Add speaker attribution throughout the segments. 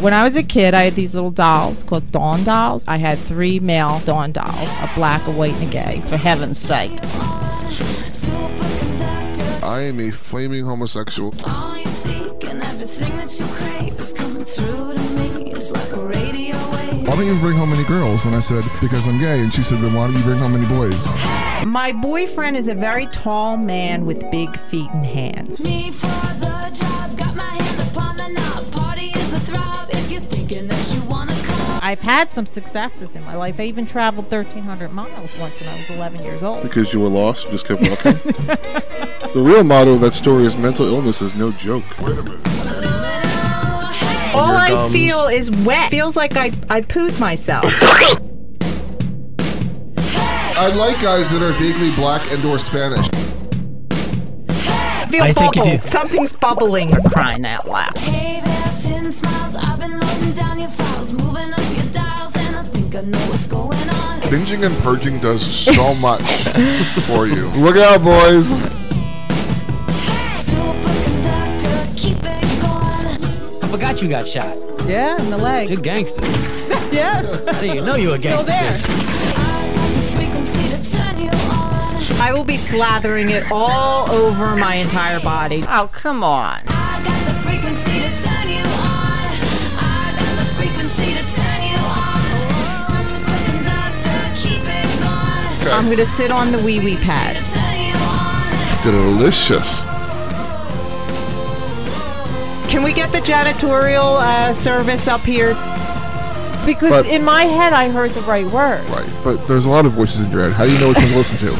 Speaker 1: When I was a kid, I had these little dolls called Dawn dolls. I had three male Dawn dolls a black, a white, and a gay.
Speaker 2: For heaven's sake.
Speaker 3: I am a flaming homosexual.
Speaker 4: All you seek and everything that you crave is coming through to me. It's like a radio wave.
Speaker 3: Why don't you bring home any girls? And I said, because I'm gay. And she said, then why don't you bring home any boys?
Speaker 1: My boyfriend is a very tall man with big feet and hands.
Speaker 4: Me for the job, got my hand upon the knob. Party is a throb if you're thinking that you wanna come.
Speaker 1: I've had some successes in my life. I even traveled 1,300 miles once when I was 11 years old.
Speaker 3: Because you were lost and just kept walking. the real motto of that story is mental illness is no joke. Wait a minute.
Speaker 1: All I
Speaker 3: gums.
Speaker 1: feel is wet. Feels like I, I pooed myself.
Speaker 3: I like guys that are vaguely black and or Spanish.
Speaker 1: I feel
Speaker 5: I think it
Speaker 1: bubbles.
Speaker 5: is-
Speaker 1: Something's bubbling.
Speaker 2: You're crying out loud.
Speaker 4: Hey there, ten smiles. I've been loading down your files, moving up your dials, and I think I know what's going on.
Speaker 3: Binging and purging does so much for you. Look out, boys.
Speaker 4: Superconductor, keep it going.
Speaker 5: I forgot you got shot.
Speaker 1: Yeah, in the
Speaker 5: You're
Speaker 1: leg.
Speaker 5: gangster.
Speaker 1: Yeah,
Speaker 5: I didn't even know you were a
Speaker 1: still
Speaker 5: gangster.
Speaker 1: there.
Speaker 4: I got the frequency to turn you on.
Speaker 1: I will be slathering it all over my entire body.
Speaker 2: Oh, come on.
Speaker 4: I got the frequency to turn you on. I got the frequency to turn you on. Superconductor, keep it going.
Speaker 1: I'm gonna sit on the wee wee pad.
Speaker 4: To turn you on.
Speaker 3: Delicious.
Speaker 1: Can we get the janitorial uh, service up here? Because
Speaker 3: But-
Speaker 1: in my head, I heard the right word.
Speaker 3: Right, but there's a lot of voices in your head. How do you know which one to listen to?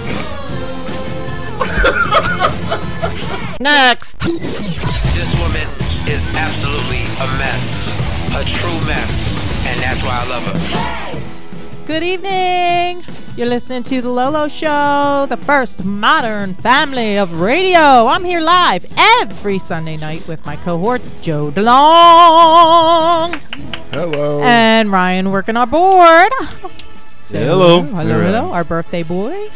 Speaker 2: Next.
Speaker 6: This woman is absolutely a mess, a true mess, and that's why I love her.
Speaker 1: Good evening. You're listening to The Lolo Show, the first modern family of radio. I'm here live every Sunday night with my cohorts, Joe DeLong
Speaker 3: Hello.
Speaker 1: and Ryan working our board. Say
Speaker 7: Hello.
Speaker 1: Hello, hello. Our birthday boy.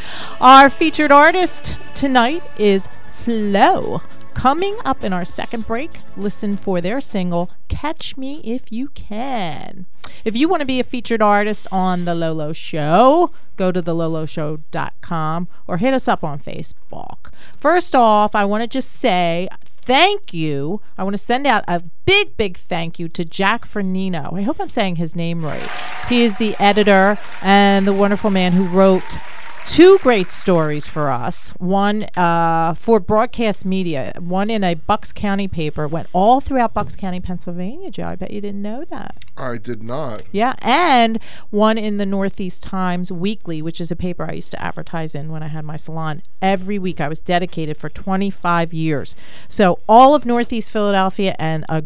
Speaker 1: Our featured artist tonight is Flo. Coming up in our second break, listen for their single, Catch Me If You Can. If you want to be a featured artist on The Lolo Show, go to theloloshow.com or hit us up on Facebook. First off, I want to just say thank you. I want to send out a big, big thank you to Jack Fernino. I hope I'm saying his name right. He is the editor and the wonderful man who wrote two great stories for us one uh, for broadcast media one in a bucks county paper went all throughout bucks county pennsylvania joe i bet you didn't know that
Speaker 3: I did not.
Speaker 1: yeah, and one in the Northeast Times Weekly, which is a paper I used to advertise in when I had my salon. Every week I was dedicated for 25 years. So all of Northeast Philadelphia and a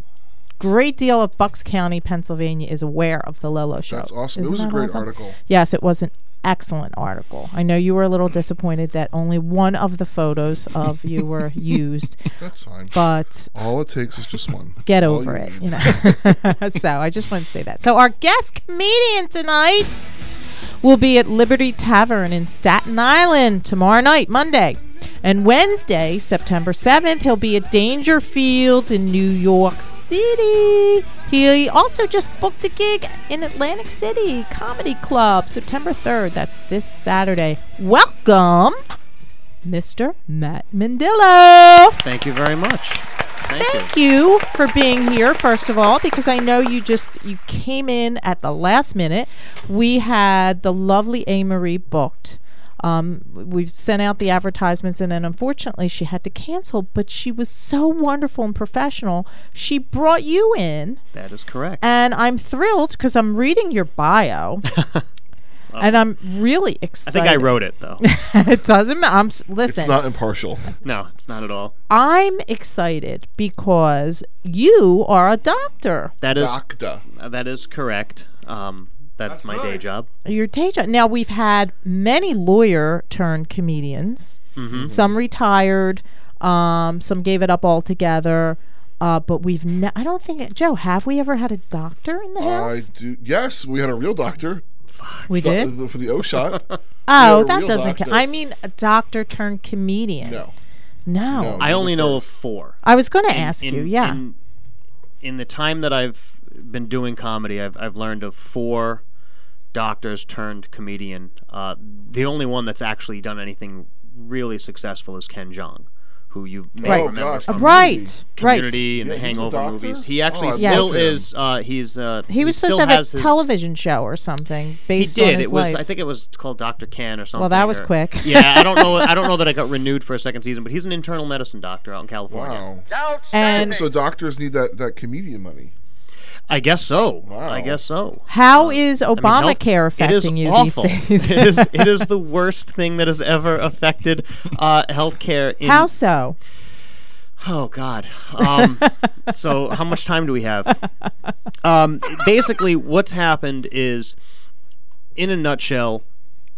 Speaker 1: great deal of Bucks County, Pennsylvania is aware of the Lolo show.
Speaker 3: That's
Speaker 1: Oh,
Speaker 3: awesome.
Speaker 1: Isn't
Speaker 3: it was a
Speaker 1: that
Speaker 3: great
Speaker 1: awesome?
Speaker 3: article.
Speaker 1: Yes, it was an excellent article. I know you were a little disappointed that only one of the photos of you were used,
Speaker 3: That's fine.
Speaker 1: but
Speaker 3: All it takes is just one.
Speaker 1: get
Speaker 3: All
Speaker 1: over
Speaker 3: you
Speaker 1: it,
Speaker 3: need.
Speaker 1: you know. so I just want to say that. So our guest comedian tonight will be at Liberty Tavern in Staten Island tomorrow night, Monday. And Wednesday, September 7th, he'll be at Dangerfields in New York City. He also just booked a gig in Atlantic City Comedy Club, September 3rd. That's this Saturday. Welcome, Mr. Matt Mandillo.
Speaker 7: Thank you very much. Thank,
Speaker 1: Thank you for being here, first of all, because I know you just you came in at the last minute. We had the lovely A Marie booked. Um, we sent out the advertisements, and then unfortunately she had to cancel. But she was so wonderful and professional. She brought you in,
Speaker 7: That is correct.
Speaker 1: and I'm thrilled because I'm reading your bio, and I'm really
Speaker 7: I
Speaker 1: excited.
Speaker 7: think I wrote it though.
Speaker 1: it doesn't matter. I'm s- listen.
Speaker 3: It's not impartial.
Speaker 7: no, it's not at all.
Speaker 1: I'm excited because you are a doctor.
Speaker 7: That is
Speaker 3: Doctor.
Speaker 7: uh, that is correct. Um, that's, my day job.
Speaker 1: your day job. Now we've had many lawyer turned comedians.
Speaker 3: Mm-hmm.
Speaker 1: Some retired, um, some gave it up altogether. Uh, but we've ne- I don't think Joe have we ever had a doctor in the
Speaker 3: I
Speaker 1: house?
Speaker 3: do. Yes, we had a real doctor
Speaker 1: we
Speaker 3: Do-
Speaker 1: did.
Speaker 3: for the O shot.
Speaker 1: oh,
Speaker 3: real
Speaker 1: that doesn't count.
Speaker 3: doctor.
Speaker 1: I mean, a doctor turned comedian.
Speaker 3: No.
Speaker 1: No.
Speaker 3: No.
Speaker 7: I only know of four.
Speaker 1: I was going to ask
Speaker 7: In-
Speaker 1: you. Yeah.
Speaker 7: In, in the time that I've been doing comedy, I've I've learned of four doctors turned comedian. Uh, the only one that's actually done anything really successful is Ken Jeong, who you may
Speaker 1: Right. Oh,
Speaker 7: remember
Speaker 3: gosh.
Speaker 7: from
Speaker 3: Community.
Speaker 1: Right, right.
Speaker 7: Community and the
Speaker 3: Yeah, he was a
Speaker 7: Hangover
Speaker 3: doctor?
Speaker 7: movies. He actually
Speaker 3: Oh, I
Speaker 7: still
Speaker 1: love him.
Speaker 7: is. Uh, he's uh,
Speaker 1: He was
Speaker 7: still
Speaker 1: supposed to have
Speaker 7: has
Speaker 1: a
Speaker 7: his-
Speaker 1: television show or something
Speaker 7: He
Speaker 1: based on
Speaker 7: did.
Speaker 1: his
Speaker 7: It was.
Speaker 1: life.
Speaker 7: I think it was called Doctor Ken or something.
Speaker 1: that was
Speaker 7: or-
Speaker 1: quick.
Speaker 7: yeah, I don't know. I don't know that I got renewed for a second season, but he's an internal medicine doctor out in California.
Speaker 3: Wow.
Speaker 1: and
Speaker 3: So doctors need that, that comedian money.
Speaker 7: I guess so.
Speaker 3: Wow.
Speaker 7: I guess so.
Speaker 1: how is
Speaker 7: I mean, health-
Speaker 1: Obamacare affecting
Speaker 7: it is
Speaker 1: you
Speaker 7: awful.
Speaker 1: these days?
Speaker 7: it is it is the worst thing that has ever affected uh, healthcare. In,
Speaker 1: How so?
Speaker 7: Oh God. Um, so how much time do we have? Um, basically, what's happened is, in a nutshell,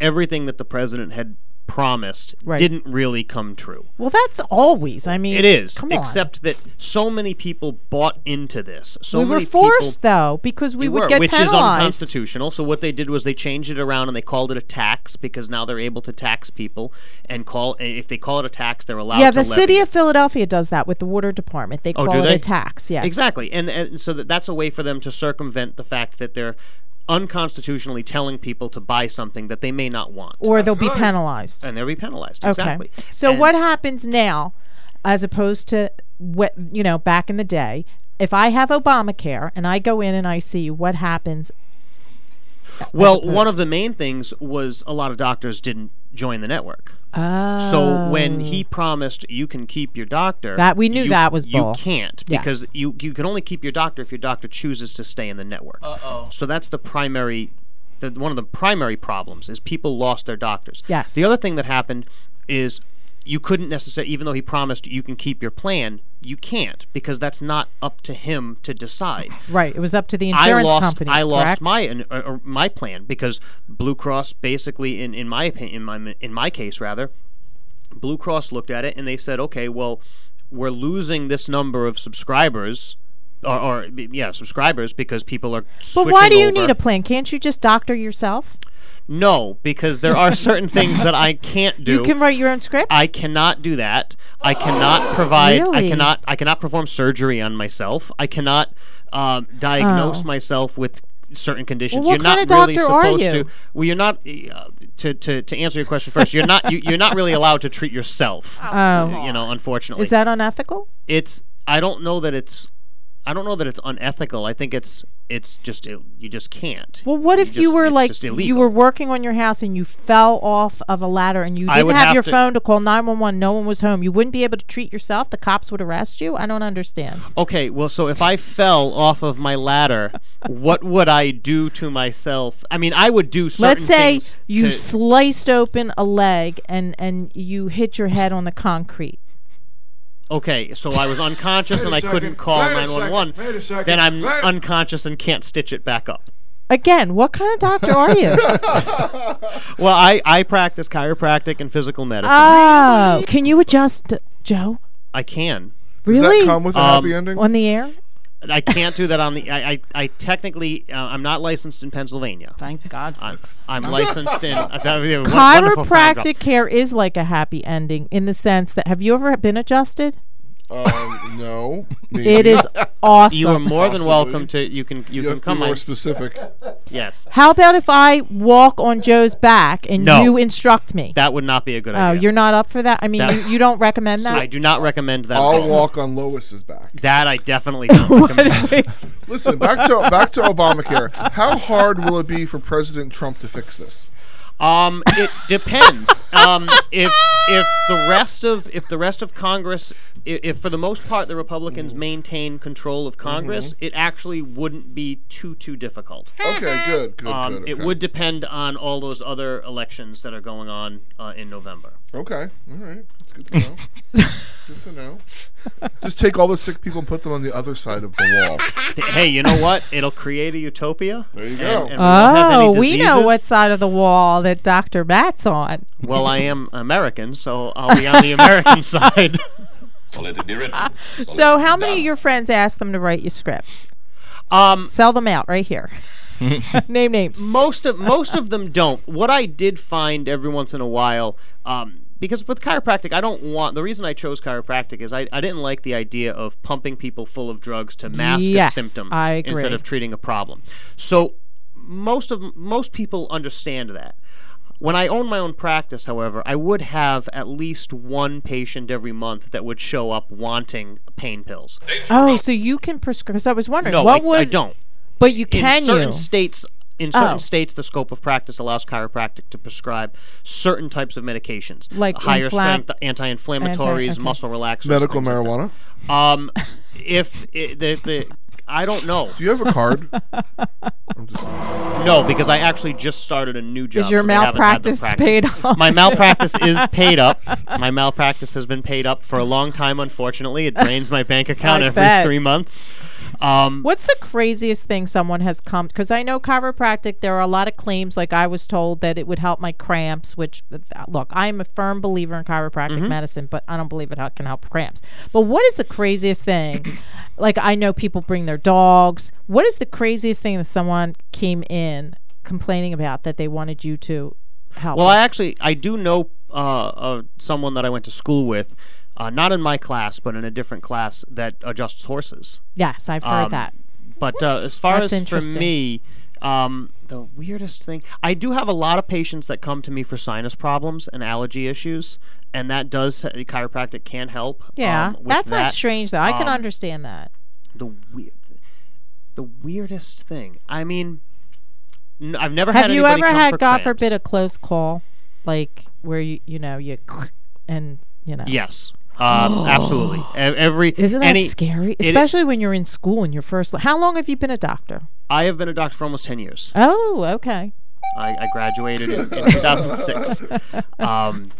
Speaker 7: everything that the president had promised
Speaker 1: Right.
Speaker 7: didn't really come true.
Speaker 1: Well, that's always. I mean,
Speaker 7: It is,
Speaker 1: Come on.
Speaker 7: except that so many people bought into this. So
Speaker 1: we were
Speaker 7: many people
Speaker 1: forced though because we
Speaker 7: They
Speaker 1: would
Speaker 7: were,
Speaker 1: get
Speaker 7: which
Speaker 1: penalized.
Speaker 7: is unconstitutional. So what they did was they changed it around and they called it a tax because now they're able to tax people and call if they call it a tax, they're allowed.
Speaker 1: Yeah,
Speaker 7: to
Speaker 1: the
Speaker 7: levy
Speaker 1: city
Speaker 7: it.
Speaker 1: of Philadelphia does that with the water department. They
Speaker 7: Oh,
Speaker 1: call
Speaker 7: do
Speaker 1: it
Speaker 7: they?
Speaker 1: a tax. Yes,
Speaker 7: exactly, and and so that that's a way for them to circumvent the fact that they're unconstitutionally telling people to buy something that they may not want,
Speaker 1: Or they'll be penalized.
Speaker 7: and they'll be penalized.
Speaker 1: okay.
Speaker 7: Exactly.
Speaker 1: So
Speaker 7: And-
Speaker 1: what happens now, as opposed to what you know back in the day? If I have Obamacare and I go in and I see what happens,
Speaker 7: Well, one of the main things was a lot of doctors didn't join the network. So when he promised you can keep your doctor,
Speaker 1: Oh. That- we knew
Speaker 7: you-
Speaker 1: that was bull.
Speaker 7: You can't
Speaker 1: Yes.
Speaker 7: because you you can only keep your doctor if your doctor chooses to stay in the network. Uh-oh. So that's the primary the, one of the primary problems is people lost their doctors.
Speaker 1: Yes.
Speaker 7: The other thing that happened is you couldn't necessarily even though he promised you can keep your plan, you can't because that's not up to him to decide.
Speaker 1: right, it was up to the
Speaker 7: I
Speaker 1: insurance
Speaker 7: lost,
Speaker 1: companies.
Speaker 7: I lost
Speaker 1: correct?
Speaker 7: my in- or, or my plan because Blue Cross basically, in, in my opinion, in my, in my case rather, Blue Cross looked at it and they said, okay, well, we're losing this number of subscribers, or, or yeah, subscribers because people are.
Speaker 1: But why do you
Speaker 7: over.
Speaker 1: need a plan? Can't you just doctor yourself?
Speaker 7: No, because there are certain things that I can't do.
Speaker 1: You can write your own scripts.
Speaker 7: I cannot do that. I cannot provide. I
Speaker 1: Really?
Speaker 7: cannot. I cannot perform surgery on myself. I cannot um, diagnose
Speaker 1: Oh.
Speaker 7: myself with certain conditions.
Speaker 1: Well, what
Speaker 7: you're not
Speaker 1: kind of
Speaker 7: really
Speaker 1: doctor are
Speaker 7: supposed
Speaker 1: you?
Speaker 7: to. Well, you're not. Uh, to, to to answer your question first, you're not. You, you're not really allowed to treat yourself. Uh,
Speaker 1: Oh.
Speaker 7: You know, unfortunately,
Speaker 1: Is that unethical?
Speaker 7: it's. I don't know that it's. I don't know that it's unethical. I think it's. It's just. It, you just can't.
Speaker 1: Well, what if
Speaker 7: just-
Speaker 1: you were
Speaker 7: it's
Speaker 1: like
Speaker 7: just
Speaker 1: you
Speaker 7: illegal.
Speaker 1: were working on your house and you fell off of a ladder and you
Speaker 7: I
Speaker 1: didn't
Speaker 7: would
Speaker 1: have,
Speaker 7: have
Speaker 1: your
Speaker 7: to-
Speaker 1: phone to call 911, no one was home. You wouldn't be able to treat yourself. The cops would arrest you. I don't understand.
Speaker 7: Okay, well, so if I fell off of my ladder, what would I do to myself? I mean, I would do certain
Speaker 1: Let's say
Speaker 7: things
Speaker 1: you
Speaker 7: to-
Speaker 1: sliced open a leg and and you hit your head on the concrete.
Speaker 7: okay, so I was unconscious and I
Speaker 5: second,
Speaker 7: couldn't call
Speaker 5: wait a
Speaker 7: nine
Speaker 5: second,
Speaker 7: one one.
Speaker 5: wait a second,
Speaker 7: Then I'm
Speaker 5: wait-
Speaker 7: unconscious and can't stitch it back up.
Speaker 1: Again, what kind of doctor are you?
Speaker 7: Well, I I practice chiropractic and physical medicine.
Speaker 1: oh, can you adjust, Joe?
Speaker 7: I can.
Speaker 3: Does
Speaker 1: Really?
Speaker 3: that come with a
Speaker 7: Um,
Speaker 3: happy ending?
Speaker 1: on the air?
Speaker 7: I can't do that on the. I I, I technically uh, I'm not licensed in Pennsylvania.
Speaker 2: Thank God. for-
Speaker 7: I'm, I'm licensed in. uh, that would be a won- wonderful sound drop.
Speaker 1: Chiropractic care is like a happy ending in the sense that have you ever been adjusted?
Speaker 3: um, no.
Speaker 1: It
Speaker 3: maybe.
Speaker 1: is awesome.
Speaker 7: You are more than
Speaker 3: Possibly.
Speaker 7: welcome to. You can
Speaker 3: You
Speaker 7: you, can
Speaker 3: have to be
Speaker 7: come.
Speaker 3: more
Speaker 7: on.
Speaker 3: specific.
Speaker 7: yes.
Speaker 1: How about if I walk on Joe's back and
Speaker 7: No.
Speaker 1: you instruct me?
Speaker 7: That would not be a good
Speaker 1: oh,
Speaker 7: idea.
Speaker 1: you're not up for that? I mean,
Speaker 7: That-
Speaker 1: you, you don't recommend
Speaker 7: I
Speaker 1: that?
Speaker 7: do not recommend that. at
Speaker 3: I'll
Speaker 7: all.
Speaker 3: walk on Lois's back.
Speaker 7: That I definitely don't recommend.
Speaker 3: Listen, back to back to Obamacare. How hard will it be for President Trump to fix this?
Speaker 7: um, it depends. Um, if if the rest of if the rest of Congress, i- if for the most part the Republicans
Speaker 3: Mm-hmm.
Speaker 7: maintain control of Congress, it actually wouldn't be too too difficult.
Speaker 3: Okay, good, good,
Speaker 7: Um,
Speaker 3: good.
Speaker 7: It
Speaker 3: okay.
Speaker 7: would depend on all those other elections that are going on uh, in November.
Speaker 3: Okay, all right. That's good to know. good to know. Just take all the sick people and put them on the other side of the wall.
Speaker 7: Th- Hey, you know what? It'll create a utopia.
Speaker 3: There you go.
Speaker 7: and- and we won't have any
Speaker 1: Oh, we know
Speaker 7: diseases.
Speaker 1: what side of the wall that Dr. Matt's on.
Speaker 7: Well, I am American, so I'll be on the American side.
Speaker 5: So let it be written.
Speaker 1: So, how many of your friends asked them to write you scripts?
Speaker 7: Um,
Speaker 1: Sell them out right here. Name names.
Speaker 7: most of most of them don't. What I did find every once in a while, um, because with chiropractic, I don't want the reason I chose chiropractic is I, I didn't like the idea of pumping people full of drugs to mask
Speaker 1: Yes,
Speaker 7: a symptom
Speaker 1: I
Speaker 7: instead
Speaker 1: agree.
Speaker 7: of treating a problem. So most of most people understand that. When I owned my own practice, however, I would have at least one patient every month that would show up wanting pain pills.
Speaker 1: Oh, so you can prescribe? Because I was wondering,
Speaker 7: No,
Speaker 1: what
Speaker 7: I,
Speaker 1: would
Speaker 7: I don't.
Speaker 1: But you
Speaker 7: in
Speaker 1: can
Speaker 7: certain
Speaker 1: you?
Speaker 7: states in certain
Speaker 1: Oh.
Speaker 7: states the scope of practice allows chiropractic to prescribe certain types of medications
Speaker 1: Like
Speaker 7: higher
Speaker 1: inflam-
Speaker 7: strength anti-inflammatories
Speaker 1: Anti- okay.
Speaker 7: muscle relaxers
Speaker 3: Medical
Speaker 7: things like that.
Speaker 3: marijuana.
Speaker 7: um if it, the, the I don't know.
Speaker 3: Do you have a card? I'm just.
Speaker 7: No, because I actually just started a new job.
Speaker 1: Is your
Speaker 7: so they haven't had the
Speaker 1: malpractice
Speaker 7: practice.
Speaker 1: paid off?
Speaker 7: My malpractice is paid up. My malpractice has been paid up for a long time. Unfortunately, it drains my bank account
Speaker 1: I
Speaker 7: every
Speaker 1: bet.
Speaker 7: three months. Um,
Speaker 1: What's the craziest thing someone has come? Because I know chiropractic, there are a lot of claims. Like I was told that it would help my cramps. Which, th- look, I am a firm believer in chiropractic
Speaker 7: Mm-hmm.
Speaker 1: medicine, but I don't believe it hel- can help cramps. But what is the craziest thing? like I know people bring their dogs. What is the craziest thing that someone came in complaining about that they wanted you to help?
Speaker 7: Well,
Speaker 1: with?
Speaker 7: I actually I do know uh, uh, someone that I went to school with, uh, not in my class, but in a different class that adjusts horses.
Speaker 1: yes, I've heard
Speaker 7: um,
Speaker 1: that.
Speaker 7: But uh, as far
Speaker 1: That's
Speaker 7: as for
Speaker 1: interesting.
Speaker 7: me, um, the weirdest thing I do have a lot of patients that come to me for sinus problems and allergy issues, and that does uh, chiropractic can help.
Speaker 1: Yeah,
Speaker 7: um, with
Speaker 1: that's
Speaker 7: that.
Speaker 1: not strange though. I can
Speaker 7: um,
Speaker 1: understand that.
Speaker 7: The weird, the weirdest thing. I mean. n- I've never
Speaker 1: Have
Speaker 7: had
Speaker 1: you
Speaker 7: anybody
Speaker 1: ever
Speaker 7: come
Speaker 1: had,
Speaker 7: for
Speaker 1: God
Speaker 7: cramps.
Speaker 1: forbid, a close call, like where you you know you and you know?
Speaker 7: Yes, um, absolutely. E- Every
Speaker 1: Isn't that
Speaker 7: any,
Speaker 1: scary?
Speaker 7: it-
Speaker 1: Especially when you're in school and you're first. How long have you been a doctor?
Speaker 7: I have been a doctor for almost 10 years.
Speaker 1: Oh, okay.
Speaker 7: I, I graduated in, in 2006. Um,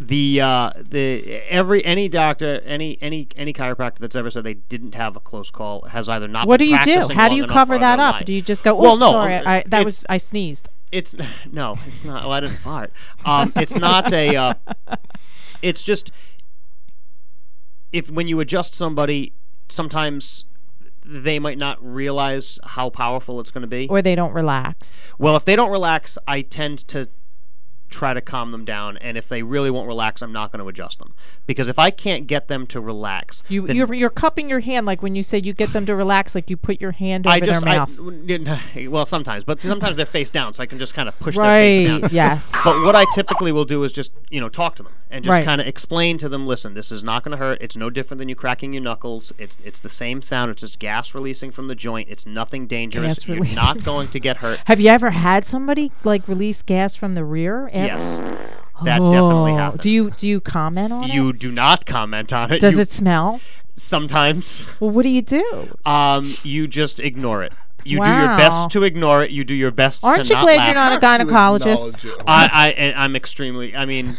Speaker 7: the uh, the every any doctor any any any chiropractor that's ever said they didn't have a close call has either not.
Speaker 1: What do
Speaker 7: been
Speaker 1: you do?
Speaker 7: practicing
Speaker 1: How do
Speaker 7: long
Speaker 1: you
Speaker 7: enough
Speaker 1: cover
Speaker 7: or
Speaker 1: that
Speaker 7: they're
Speaker 1: up?
Speaker 7: lying.
Speaker 1: Do you just go?
Speaker 7: Well,
Speaker 1: "Oops,
Speaker 7: no,
Speaker 1: sorry,
Speaker 7: um,
Speaker 1: I, that
Speaker 7: it's-
Speaker 1: was I sneezed.
Speaker 7: It's no, it's not. Well, I didn't fart. Um, it's not a. Uh, it's just if when you adjust somebody, sometimes they might not realize how powerful it's going to be.
Speaker 1: Or they don't relax.
Speaker 7: Well, if they don't relax, I tend to try to calm them down, and if they really won't relax, I'm not going to adjust them because if I can't get them to relax,
Speaker 1: You
Speaker 7: then
Speaker 1: you're, you're cupping your hand like when you say you get them to relax, like you put your hand over
Speaker 7: I
Speaker 1: their
Speaker 7: just
Speaker 1: mouth.
Speaker 7: I, well sometimes, but sometimes they're face down, so I can just kind of push their face
Speaker 1: right.
Speaker 7: down.
Speaker 1: yes.
Speaker 7: But what I typically will do is just, you know, talk to them and just
Speaker 1: Right.
Speaker 7: kind of explain to them, listen, this is not going to hurt. It's no different than you cracking your knuckles. It's it's the same sound. It's just gas releasing from the joint. It's nothing dangerous.
Speaker 1: Gas
Speaker 7: You're
Speaker 1: releasing.
Speaker 7: not going to get hurt.
Speaker 1: Have you ever had somebody like release gas from the rear? Ever?
Speaker 7: yes. That definitely
Speaker 1: Oh,
Speaker 7: happens.
Speaker 1: Do you do you comment on it?
Speaker 7: You do not comment on it.
Speaker 1: Does
Speaker 7: You-
Speaker 1: it smell?
Speaker 7: sometimes?
Speaker 1: Well, what do you do?
Speaker 7: Um, you just ignore it. You do your
Speaker 1: Wow.
Speaker 7: best to ignore it. You do your best.
Speaker 1: Aren't
Speaker 7: to
Speaker 1: you
Speaker 7: not
Speaker 1: glad
Speaker 7: laugh.
Speaker 1: you're not a gynecologist?
Speaker 7: I, I, I- I'm extremely. I mean,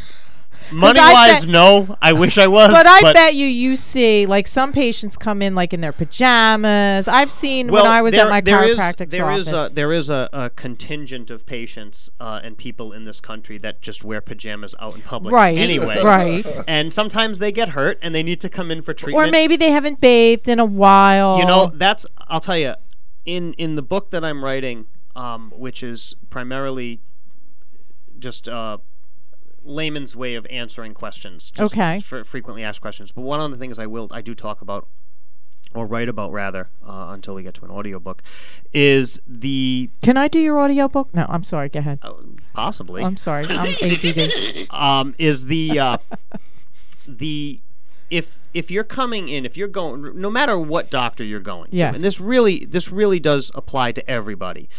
Speaker 7: money
Speaker 1: I
Speaker 7: wise,
Speaker 1: bet-
Speaker 7: no. I wish I was.
Speaker 1: But I bet you you see like some patients come in like in their pajamas. I've seen
Speaker 7: Well,
Speaker 1: when I was
Speaker 7: there,
Speaker 1: at my
Speaker 7: there is-
Speaker 1: chiropractic's
Speaker 7: there
Speaker 1: office.
Speaker 7: is a there is a, a contingent of patients uh, and people in this country that just wear pajamas out in public.
Speaker 1: right.
Speaker 7: Anyway.
Speaker 1: Right.
Speaker 7: And sometimes they get hurt and they need to come in for
Speaker 1: or
Speaker 7: treatment.
Speaker 1: maybe they haven't bathed in a while.
Speaker 7: You know, that's I'll tell you, in in the book that I'm writing, um, which is primarily just uh, layman's way of answering questions. just
Speaker 1: Okay.
Speaker 7: fre- frequently asked questions, but one of the things I will I do talk about or write about rather uh, until we get to an audiobook is the
Speaker 1: Can I do your audio book? No, I'm sorry. Go ahead.
Speaker 7: possibly
Speaker 1: I'm sorry. I'm ADD.
Speaker 7: um, is the uh, the if if you're coming in, if you're going, no matter what doctor you're going
Speaker 1: Yes.
Speaker 7: to, and this really this really does apply to everybody.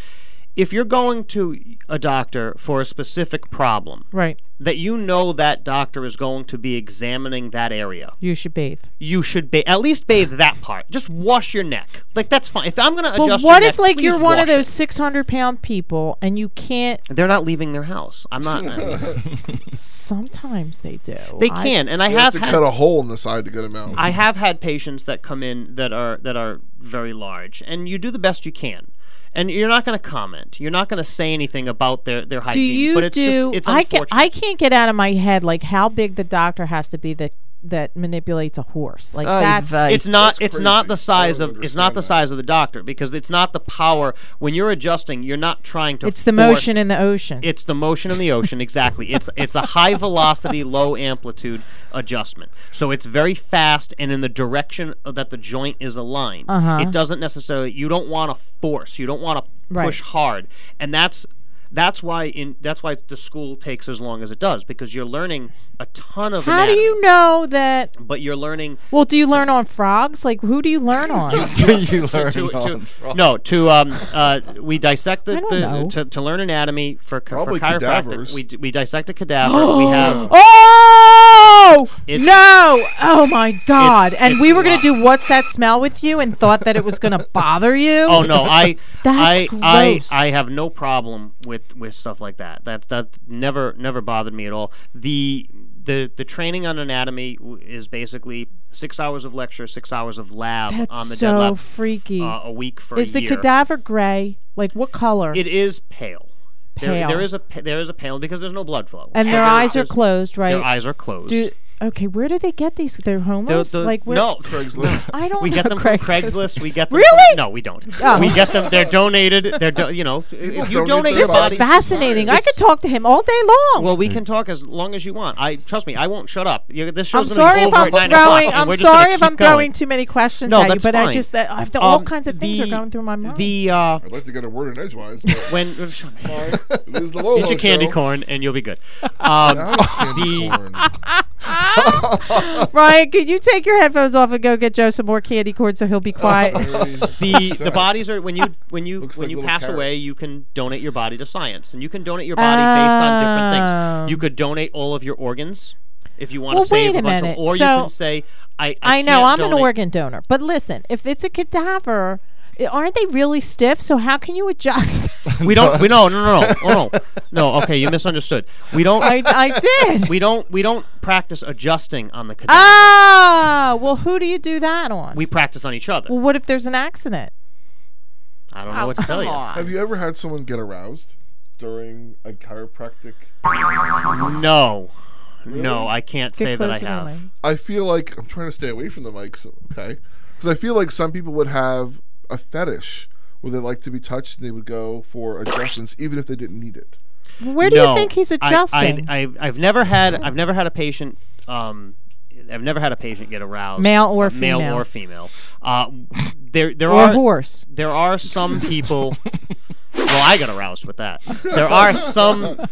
Speaker 7: If you're going to a doctor for a specific problem
Speaker 1: Right.
Speaker 7: that you know that doctor is going to be examining that area,
Speaker 1: You should bathe.
Speaker 7: you should ba- at least bathe that part. Just wash your neck. Like that's fine. If I'm going to adjust,
Speaker 1: But
Speaker 7: your
Speaker 1: what if
Speaker 7: neck,
Speaker 1: like you're
Speaker 7: please
Speaker 1: one of
Speaker 7: wash it.
Speaker 1: those 600 pound people and you can't?
Speaker 7: They're not leaving their house. I'm not. I mean,
Speaker 1: Sometimes they do.
Speaker 7: they
Speaker 1: I-
Speaker 7: can, and I
Speaker 3: You have
Speaker 7: have
Speaker 3: to
Speaker 7: had-
Speaker 3: cut a hole in the side to get him out.
Speaker 7: I have had patients that come in that are that are very large, and you do the best you can. And you're not going to comment. You're not going to say anything about their their
Speaker 1: do
Speaker 7: hygiene.
Speaker 1: you
Speaker 7: but it's
Speaker 1: do
Speaker 7: just it's
Speaker 1: I can
Speaker 7: unfortunate.
Speaker 1: I can't get out of my head like how big the doctor has to be that that manipulates a horse. Like
Speaker 2: Oy
Speaker 1: that's
Speaker 2: vey.
Speaker 7: it's not
Speaker 3: That's
Speaker 7: it's not
Speaker 3: crazy.
Speaker 7: the
Speaker 3: I
Speaker 7: size
Speaker 3: don't
Speaker 7: of it's not the
Speaker 3: understand
Speaker 7: size of the doctor because it's not the power when you're adjusting you're not trying to
Speaker 1: it's the
Speaker 7: force-
Speaker 1: motion in the ocean.
Speaker 7: it's the motion in the ocean exactly it's it's a high velocity low amplitude adjustment so it's very fast and in the direction that the joint is aligned
Speaker 1: Uh-huh.
Speaker 7: it doesn't necessarily you don't want to force you don't want to
Speaker 1: Right.
Speaker 7: push hard and that's that's why in that's why the school takes as long as it does because you're learning a ton of
Speaker 1: How do
Speaker 7: anatomy,
Speaker 1: you know that?
Speaker 7: but you're learning
Speaker 1: Well, do you learn on frogs? Like who do you learn on?
Speaker 8: Do you learn
Speaker 7: to,
Speaker 8: on
Speaker 7: to-
Speaker 8: fraud?
Speaker 7: no to um uh we dissect the,
Speaker 1: I don't
Speaker 7: the
Speaker 1: know.
Speaker 7: to, to learn anatomy for, ca- for
Speaker 3: Probably
Speaker 7: chiropractic
Speaker 3: cadavers.
Speaker 7: we d- we dissect a cadaver we have
Speaker 1: Oh
Speaker 7: It's-
Speaker 1: no! Oh my God!
Speaker 7: It's-
Speaker 1: and
Speaker 7: it's
Speaker 1: we were gonna
Speaker 7: rough.
Speaker 1: do what's that smell with you, and thought that it was gonna bother you.
Speaker 7: oh no I I
Speaker 1: That's
Speaker 7: I
Speaker 1: gross.
Speaker 7: I have no problem with with stuff like that that that never never bothered me at all the the the training on anatomy w- is basically six hours of lecture six hours of lab
Speaker 1: That's
Speaker 7: on the
Speaker 1: so
Speaker 7: dead lab
Speaker 1: freaky.
Speaker 7: uh, a week for
Speaker 1: Is
Speaker 7: a
Speaker 1: the
Speaker 7: year.
Speaker 1: cadaver gray? Like what color?
Speaker 7: it is pale. There,
Speaker 1: Pale.
Speaker 7: there is a pa- there is a pale because there's no blood flow
Speaker 1: and
Speaker 7: So
Speaker 1: their
Speaker 7: there-
Speaker 1: eyes are
Speaker 7: there's-
Speaker 1: closed, right?
Speaker 7: their eyes are closed
Speaker 1: do, okay, where do they get these? They're
Speaker 7: The-
Speaker 1: homeless.
Speaker 7: the-
Speaker 1: like where,
Speaker 7: no
Speaker 3: Craigslist.
Speaker 1: I don't
Speaker 7: We
Speaker 1: know
Speaker 7: get them
Speaker 1: Craigslist.
Speaker 7: from Craigslist. We get them
Speaker 1: Really?
Speaker 7: From, no, we don't.
Speaker 1: Oh.
Speaker 7: We get them. They're donated. They're do, you know. If you
Speaker 3: donate
Speaker 7: donate
Speaker 3: their
Speaker 7: your
Speaker 1: This
Speaker 7: body,
Speaker 1: is fascinating. I could talk to him all day long.
Speaker 7: well, we can talk as long as you want. I trust me. I won't shut up. You, this
Speaker 1: I'm
Speaker 7: show's gonna
Speaker 1: sorry
Speaker 7: be
Speaker 1: if
Speaker 7: over
Speaker 1: I'm
Speaker 7: at nine o'clock,
Speaker 1: throwing.
Speaker 7: and
Speaker 1: I'm
Speaker 7: we're just gonna
Speaker 1: sorry if
Speaker 7: keep
Speaker 1: I'm
Speaker 7: going.
Speaker 1: throwing too many questions
Speaker 7: No,
Speaker 1: at you,
Speaker 7: that's
Speaker 1: but I
Speaker 7: fine.
Speaker 1: just that I've the, all
Speaker 7: Um,
Speaker 1: kinds of things are
Speaker 7: the-
Speaker 1: going through my mind.
Speaker 7: The uh,
Speaker 3: I'd like to get a word in edgewise, but
Speaker 7: when
Speaker 3: it is the Lolo
Speaker 7: eat your candy
Speaker 3: show.
Speaker 7: corn and you'll be good. Um,
Speaker 3: Now it's candy
Speaker 7: The-
Speaker 3: corn.
Speaker 1: Ryan, could you take your headphones off and go get Joe some more candy corn so he'll be quiet?
Speaker 3: Very
Speaker 7: the the
Speaker 3: sad.
Speaker 7: bodies are when you when you
Speaker 3: Looks
Speaker 7: when
Speaker 3: like
Speaker 7: you
Speaker 3: little
Speaker 7: pass away
Speaker 3: carrots.
Speaker 7: you can donate your body to science and you can donate your body based on different
Speaker 1: Oh.
Speaker 7: things you could donate all of your organs if you want
Speaker 1: Well,
Speaker 7: to save
Speaker 1: wait a
Speaker 7: bunch
Speaker 1: minute.
Speaker 7: of or you
Speaker 1: So-
Speaker 7: can say i
Speaker 1: I know
Speaker 7: can't
Speaker 1: I'm an
Speaker 7: donate-
Speaker 1: organ donor, but listen, if it's a cadaver, i- aren't they really stiff? So how can you adjust?
Speaker 7: we don't we no no no no oh, no no okay you misunderstood we don't
Speaker 1: I, I did.
Speaker 7: we don't we don't practice adjusting on the cadaver
Speaker 1: Ah, well, who do you do that on?
Speaker 7: we practice on each other
Speaker 1: well, what if there's an accident?
Speaker 7: i don't know
Speaker 2: Oh,
Speaker 7: what to tell
Speaker 2: come
Speaker 7: you
Speaker 2: on.
Speaker 3: Have you ever had someone get aroused during a chiropractic?
Speaker 7: no no i can't say that
Speaker 1: closer
Speaker 7: i
Speaker 1: to
Speaker 7: have
Speaker 1: the mic.
Speaker 3: I feel like I'm trying to stay away from the mics, okay? Because I feel like some people would have a fetish where they like to be touched and they would go for adjustments even if they didn't need it.
Speaker 1: Where do
Speaker 7: No,
Speaker 1: you think he's
Speaker 7: I- I-
Speaker 1: adjusting?
Speaker 7: I, I, have never had I've never had a patient. Um, I've never had a patient get aroused,
Speaker 1: Male or
Speaker 7: uh, male
Speaker 1: female.
Speaker 7: or female. Uh, there there
Speaker 1: or
Speaker 7: are
Speaker 1: horse?
Speaker 7: there are some people. well, I got aroused with that. There are some.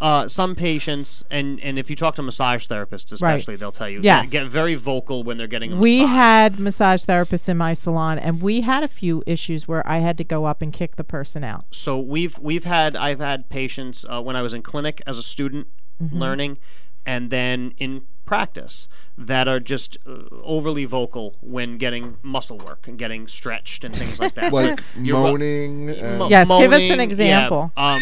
Speaker 7: Uh, some patients, and, and if you talk to massage therapists especially, they'll tell you they
Speaker 1: Yes.
Speaker 7: get very vocal when they're getting a
Speaker 1: We
Speaker 7: massage.
Speaker 1: had massage therapists in my salon, and we had a few issues where I had to go up and kick the person out.
Speaker 7: so we've we've had I've had patients uh, when I was in clinic as a student
Speaker 1: Mm-hmm.
Speaker 7: learning, and then in practice that are just uh, overly vocal when getting muscle work and getting stretched and things like that.
Speaker 3: Like
Speaker 7: You're ru-
Speaker 3: moaning. and
Speaker 7: mo-
Speaker 1: Yes, give us an
Speaker 7: moaning, yeah,
Speaker 1: example.
Speaker 7: um,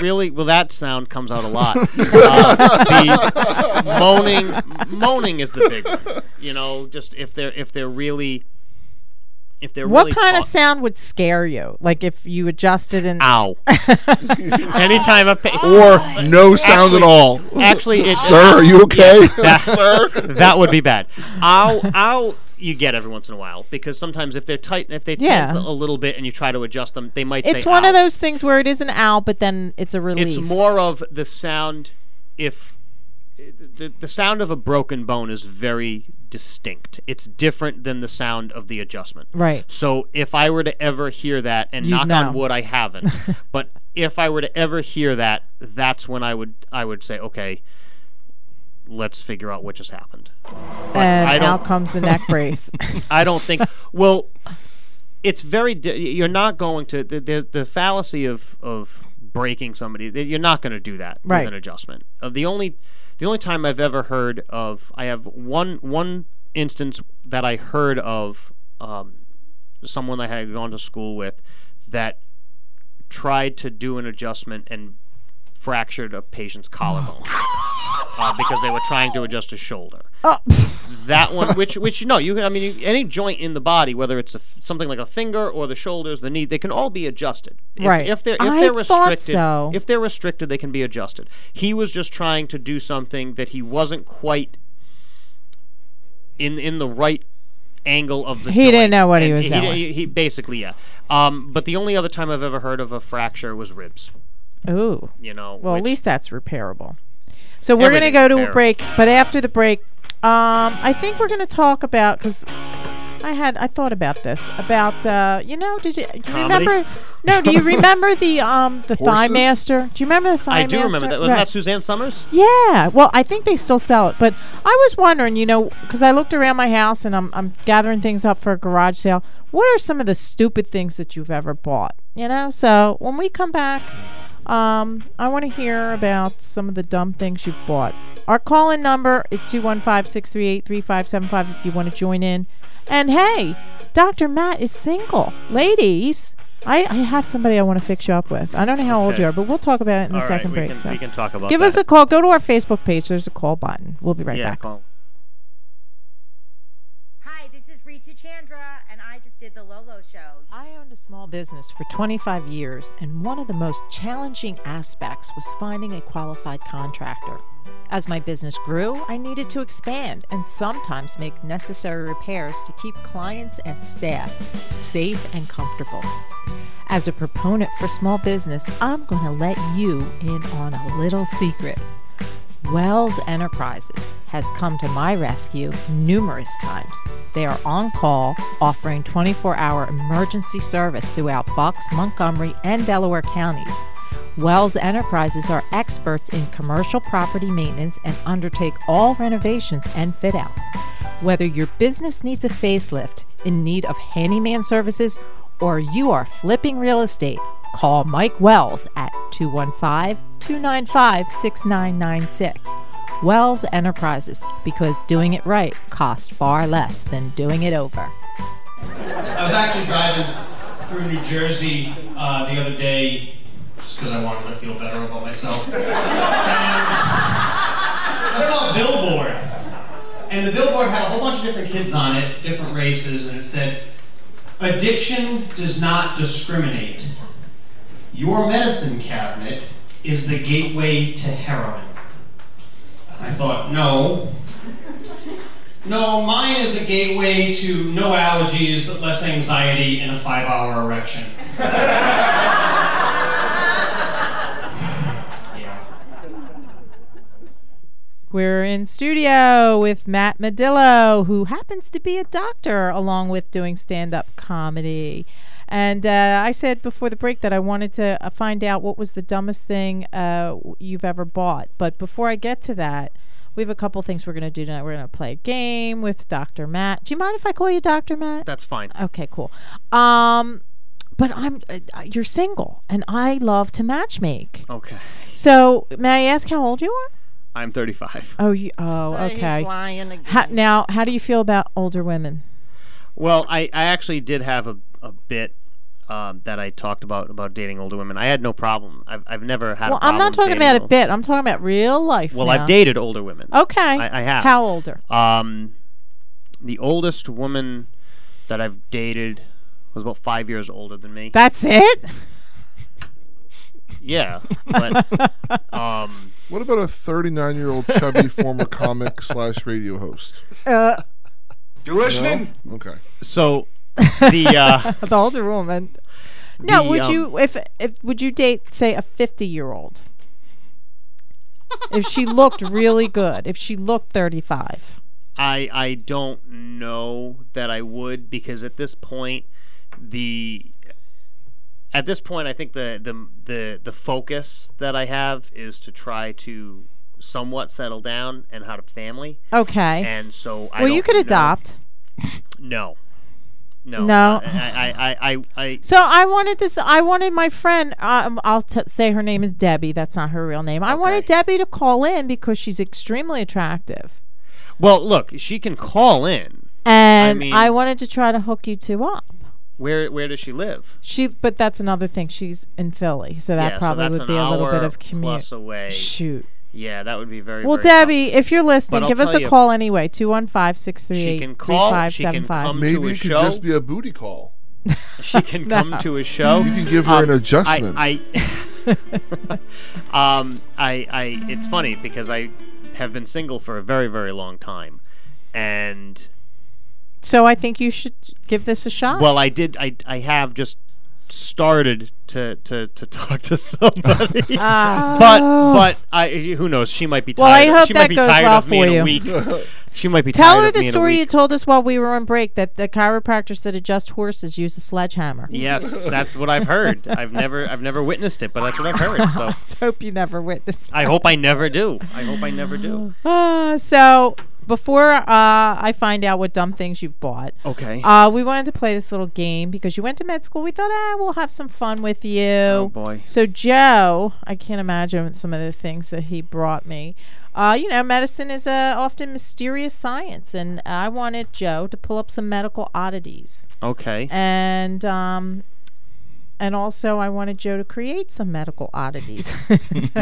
Speaker 7: really, well, that sound comes out a lot. uh, the moaning, moaning is the big one. You know, just if they're if they're really if they're
Speaker 1: What
Speaker 7: really
Speaker 1: kind of
Speaker 7: fu-
Speaker 1: sound would scare you? Like if you adjusted and
Speaker 7: Ow. Anytime a pa-
Speaker 8: or no sound at all.
Speaker 7: Actually, it,
Speaker 8: Sir, are you okay?
Speaker 7: sir, that would be bad. Ow, ow. You get every once in a while because sometimes if they're tight, if they
Speaker 1: Yeah.
Speaker 7: tense a little bit, and you try to adjust them, they might.
Speaker 1: it's
Speaker 7: say,
Speaker 1: one
Speaker 7: "Ow."
Speaker 1: of those things where it is an owl, but then it's a relief.
Speaker 7: It's more of the sound. If the, the sound of a broken bone is very distinct, it's different than the sound of the adjustment.
Speaker 1: right.
Speaker 7: So if I were to ever hear that, and knock
Speaker 1: know.
Speaker 7: on wood, I haven't. but if I were to ever hear that, that's when I would I would say, okay, let's figure out what just happened.
Speaker 1: and
Speaker 7: I
Speaker 1: out
Speaker 7: don't-
Speaker 1: comes the neck brace.
Speaker 7: I don't think. well, it's very. Di- you're not going to the, the the fallacy of of breaking somebody. that You're not going to do that
Speaker 1: Right.
Speaker 7: with an adjustment. Uh, the only the only time I've ever heard of I have one one instance that I heard of um, someone that I had gone to school with that tried to do an adjustment and fractured a patient's collarbone uh, because they were trying to adjust his shoulder.
Speaker 1: Oh.
Speaker 7: That one, which which no, you can. I mean, you, any joint in the body, whether it's a f something like a finger or the shoulders, the knee, they can all be adjusted. If,
Speaker 1: Right.
Speaker 7: If they're if
Speaker 1: I
Speaker 7: they're
Speaker 1: thought
Speaker 7: restricted,
Speaker 1: so.
Speaker 7: if they're restricted, they can be adjusted. He was just trying to do something that he wasn't quite in in the right angle of the
Speaker 1: He
Speaker 7: joint.
Speaker 1: didn't know what he
Speaker 7: And
Speaker 1: was doing.
Speaker 7: He, he basically yeah. Um, but the only other time I've ever heard of a fracture was ribs.
Speaker 1: Ooh.
Speaker 7: You know.
Speaker 1: Well, at
Speaker 7: which-
Speaker 1: least that's repairable. So we're going to
Speaker 7: Everything's
Speaker 1: go to a
Speaker 7: repairable.
Speaker 1: break, but after the break, um, I think we're going to talk about because I had I thought about this about uh, you know did you, do you
Speaker 7: Comedy?
Speaker 1: remember no do you remember the um the thigh
Speaker 3: Horses?
Speaker 1: master do you remember the thigh
Speaker 7: I do remember
Speaker 1: master?
Speaker 7: that. Wasn't
Speaker 1: Right.
Speaker 7: that Suzanne Summers?
Speaker 1: Yeah. Well, I think they still sell it. But I was wondering, you know, because I looked around my house and I'm, I'm gathering things up for a garage sale. What are some of the stupid things that you've ever bought? You know? So when we come back, um, I want to hear about some of the dumb things you've bought. Our call in number is 215 638 3575 if you want to join in. And hey, Dr. Matt is single. Ladies. I, I have somebody I want to fix you up with. I don't know how old
Speaker 7: Okay.
Speaker 1: you are, but we'll talk about it in the
Speaker 7: All right,
Speaker 1: second
Speaker 7: we
Speaker 1: break.
Speaker 7: can
Speaker 1: so.
Speaker 7: we can talk about.
Speaker 1: Give
Speaker 7: that.
Speaker 1: us a call. Go to our Facebook page. There's a call button. We'll be right
Speaker 7: yeah
Speaker 1: back.
Speaker 7: call.
Speaker 9: Hi, this is Ritu Chandra, and I just did the Lolo Show.
Speaker 1: I owned a small business for 25 years, and one of the most challenging aspects was finding a qualified contractor. As my business grew, I needed to expand and sometimes make necessary repairs to keep clients and staff safe and comfortable. As a proponent for small business, I'm going to let you in on a little secret. Wells Enterprises has come to my rescue numerous times. They are on call, offering 24 hour emergency service throughout Bucks, Montgomery, and Delaware counties. Wells Enterprises are experts in commercial property maintenance and undertake all renovations and fit outs. Whether your business needs a facelift, in need of handyman services, or you are flipping real estate, Call Mike Wells at 215 295 6996. Wells Enterprises, because doing it right costs far less than doing it over.
Speaker 10: I was actually driving through New Jersey uh, the other day just because I wanted to feel better about myself. and I saw a billboard. And the billboard had a whole bunch of different kids on it, different races, and it said, Addiction does not discriminate. Your medicine cabinet is the gateway to heroin. And I thought, no, no, mine is a gateway to no allergies, less anxiety, and a five hour erection. yeah.
Speaker 1: We're in studio with Matt Medillo, who happens to be a doctor, along with doing stand up comedy. And uh, I said before the break that I wanted to uh, find out what was the dumbest thing uh, w- you've ever bought. But before I get to that, we have a couple things we're going to do tonight. We're going to play a game with Dr. Matt. Do you mind if I call you Dr. Matt?
Speaker 7: That's fine.
Speaker 1: Okay, cool. Um, but I'm uh, uh, you're single, and I love to matchmake.
Speaker 7: Okay.
Speaker 1: So may I ask how old you are?
Speaker 7: I'm 35.
Speaker 1: Oh, you, oh,
Speaker 2: He's
Speaker 1: okay.
Speaker 2: lying again.
Speaker 1: How, now, how do you feel about older women?
Speaker 7: Well, I, I actually did have a, a bit um, that I talked about about dating older women. I had no problem. I've, I've never had.
Speaker 1: Well,
Speaker 7: a problem
Speaker 1: I'm not talking
Speaker 7: dating
Speaker 1: about a
Speaker 7: ol-
Speaker 1: bit. I'm talking about real life.
Speaker 7: Well,
Speaker 1: now. Oh.
Speaker 7: I've dated older women.
Speaker 1: Okay.
Speaker 7: I- I have.
Speaker 1: How older?
Speaker 7: Um, the oldest woman that I've dated was about five years older than me.
Speaker 1: That's it.
Speaker 7: yeah, but um,
Speaker 3: What about a 39 year old chubby former comic slash radio host?
Speaker 5: You're listening?
Speaker 3: Okay.
Speaker 7: so the uh,
Speaker 1: the older woman. No,
Speaker 7: The,
Speaker 1: would
Speaker 7: um,
Speaker 1: you if if would you date say a 50 year old? if she looked really good, if she looked 35.
Speaker 7: I I don't know that I would because at this point the at this point I think the the the the focus that I have is to try to somewhat settle down and have a family
Speaker 1: Okay.
Speaker 7: and so I
Speaker 1: well, you
Speaker 7: don't
Speaker 1: could
Speaker 7: know-
Speaker 1: adopt.
Speaker 7: No. No.
Speaker 1: No.
Speaker 7: I I I, I, I
Speaker 1: So I wanted this. I wanted my friend. Um, I'll t- say her name is Debbie. That's not her real name. I wanted
Speaker 7: Okay.
Speaker 1: Debbie to call in because she's extremely attractive,
Speaker 7: well, look, she can call in.
Speaker 1: and I,
Speaker 7: mean-
Speaker 1: wanted to try to hook you two up.
Speaker 7: Where where does she live?
Speaker 1: She, but that's another thing. She's in Philly, so that
Speaker 7: yeah,
Speaker 1: probably
Speaker 7: so that's
Speaker 1: would
Speaker 7: an
Speaker 1: be a little
Speaker 7: hour
Speaker 1: bit of commute.
Speaker 7: plus away.
Speaker 1: Shoot.
Speaker 7: Yeah, that would be very
Speaker 1: Well,
Speaker 7: very tough.
Speaker 1: Debbie, if you're listening,
Speaker 7: I'll
Speaker 1: give us
Speaker 7: tell
Speaker 1: a
Speaker 7: you-
Speaker 1: call anyway. 215 638
Speaker 7: She can call, she can come-
Speaker 3: Maybe
Speaker 7: To a
Speaker 3: it could
Speaker 7: show?
Speaker 3: just be a booty call.
Speaker 7: she can come to a show. Um,
Speaker 3: You can give her an adjustment.
Speaker 7: I, I, um, I, I, it's funny because I have been single for a very, very long time, and
Speaker 1: So I think you should give this a shot.
Speaker 7: well, I did. I I have just started to to, to talk to somebody,
Speaker 1: Ah.
Speaker 7: but but I who knows? She might be
Speaker 1: Well, I
Speaker 7: tired.
Speaker 1: hope
Speaker 7: she
Speaker 1: that
Speaker 7: might be
Speaker 1: goes
Speaker 7: tired
Speaker 1: well
Speaker 7: of me
Speaker 1: for
Speaker 7: in
Speaker 1: you.
Speaker 7: a week. she might be.
Speaker 1: Tell
Speaker 7: tired
Speaker 1: her
Speaker 7: of
Speaker 1: the
Speaker 7: me in a
Speaker 1: story
Speaker 7: week.
Speaker 1: you told us while we were on break that the chiropractors that adjust horses use a sledgehammer.
Speaker 7: Yes, that's what I've heard. I've never I've never witnessed it, but that's what I've heard. So
Speaker 1: Let's hope you never witnessed.
Speaker 7: I hope I never do. I hope I never do.
Speaker 1: Uh, so before uh, I find out what dumb things you've bought,
Speaker 7: Okay.
Speaker 1: uh, we wanted to play this little game because you went to med school. We thought, ah, we'll have some fun with you.
Speaker 7: oh boy.
Speaker 1: So Joe, I can't imagine some of the things that he brought me. Uh, you know, medicine is a often mysterious science, and I wanted Joe to pull up some medical oddities,
Speaker 7: Okay.
Speaker 1: and um, and also I wanted Joe to create some medical oddities.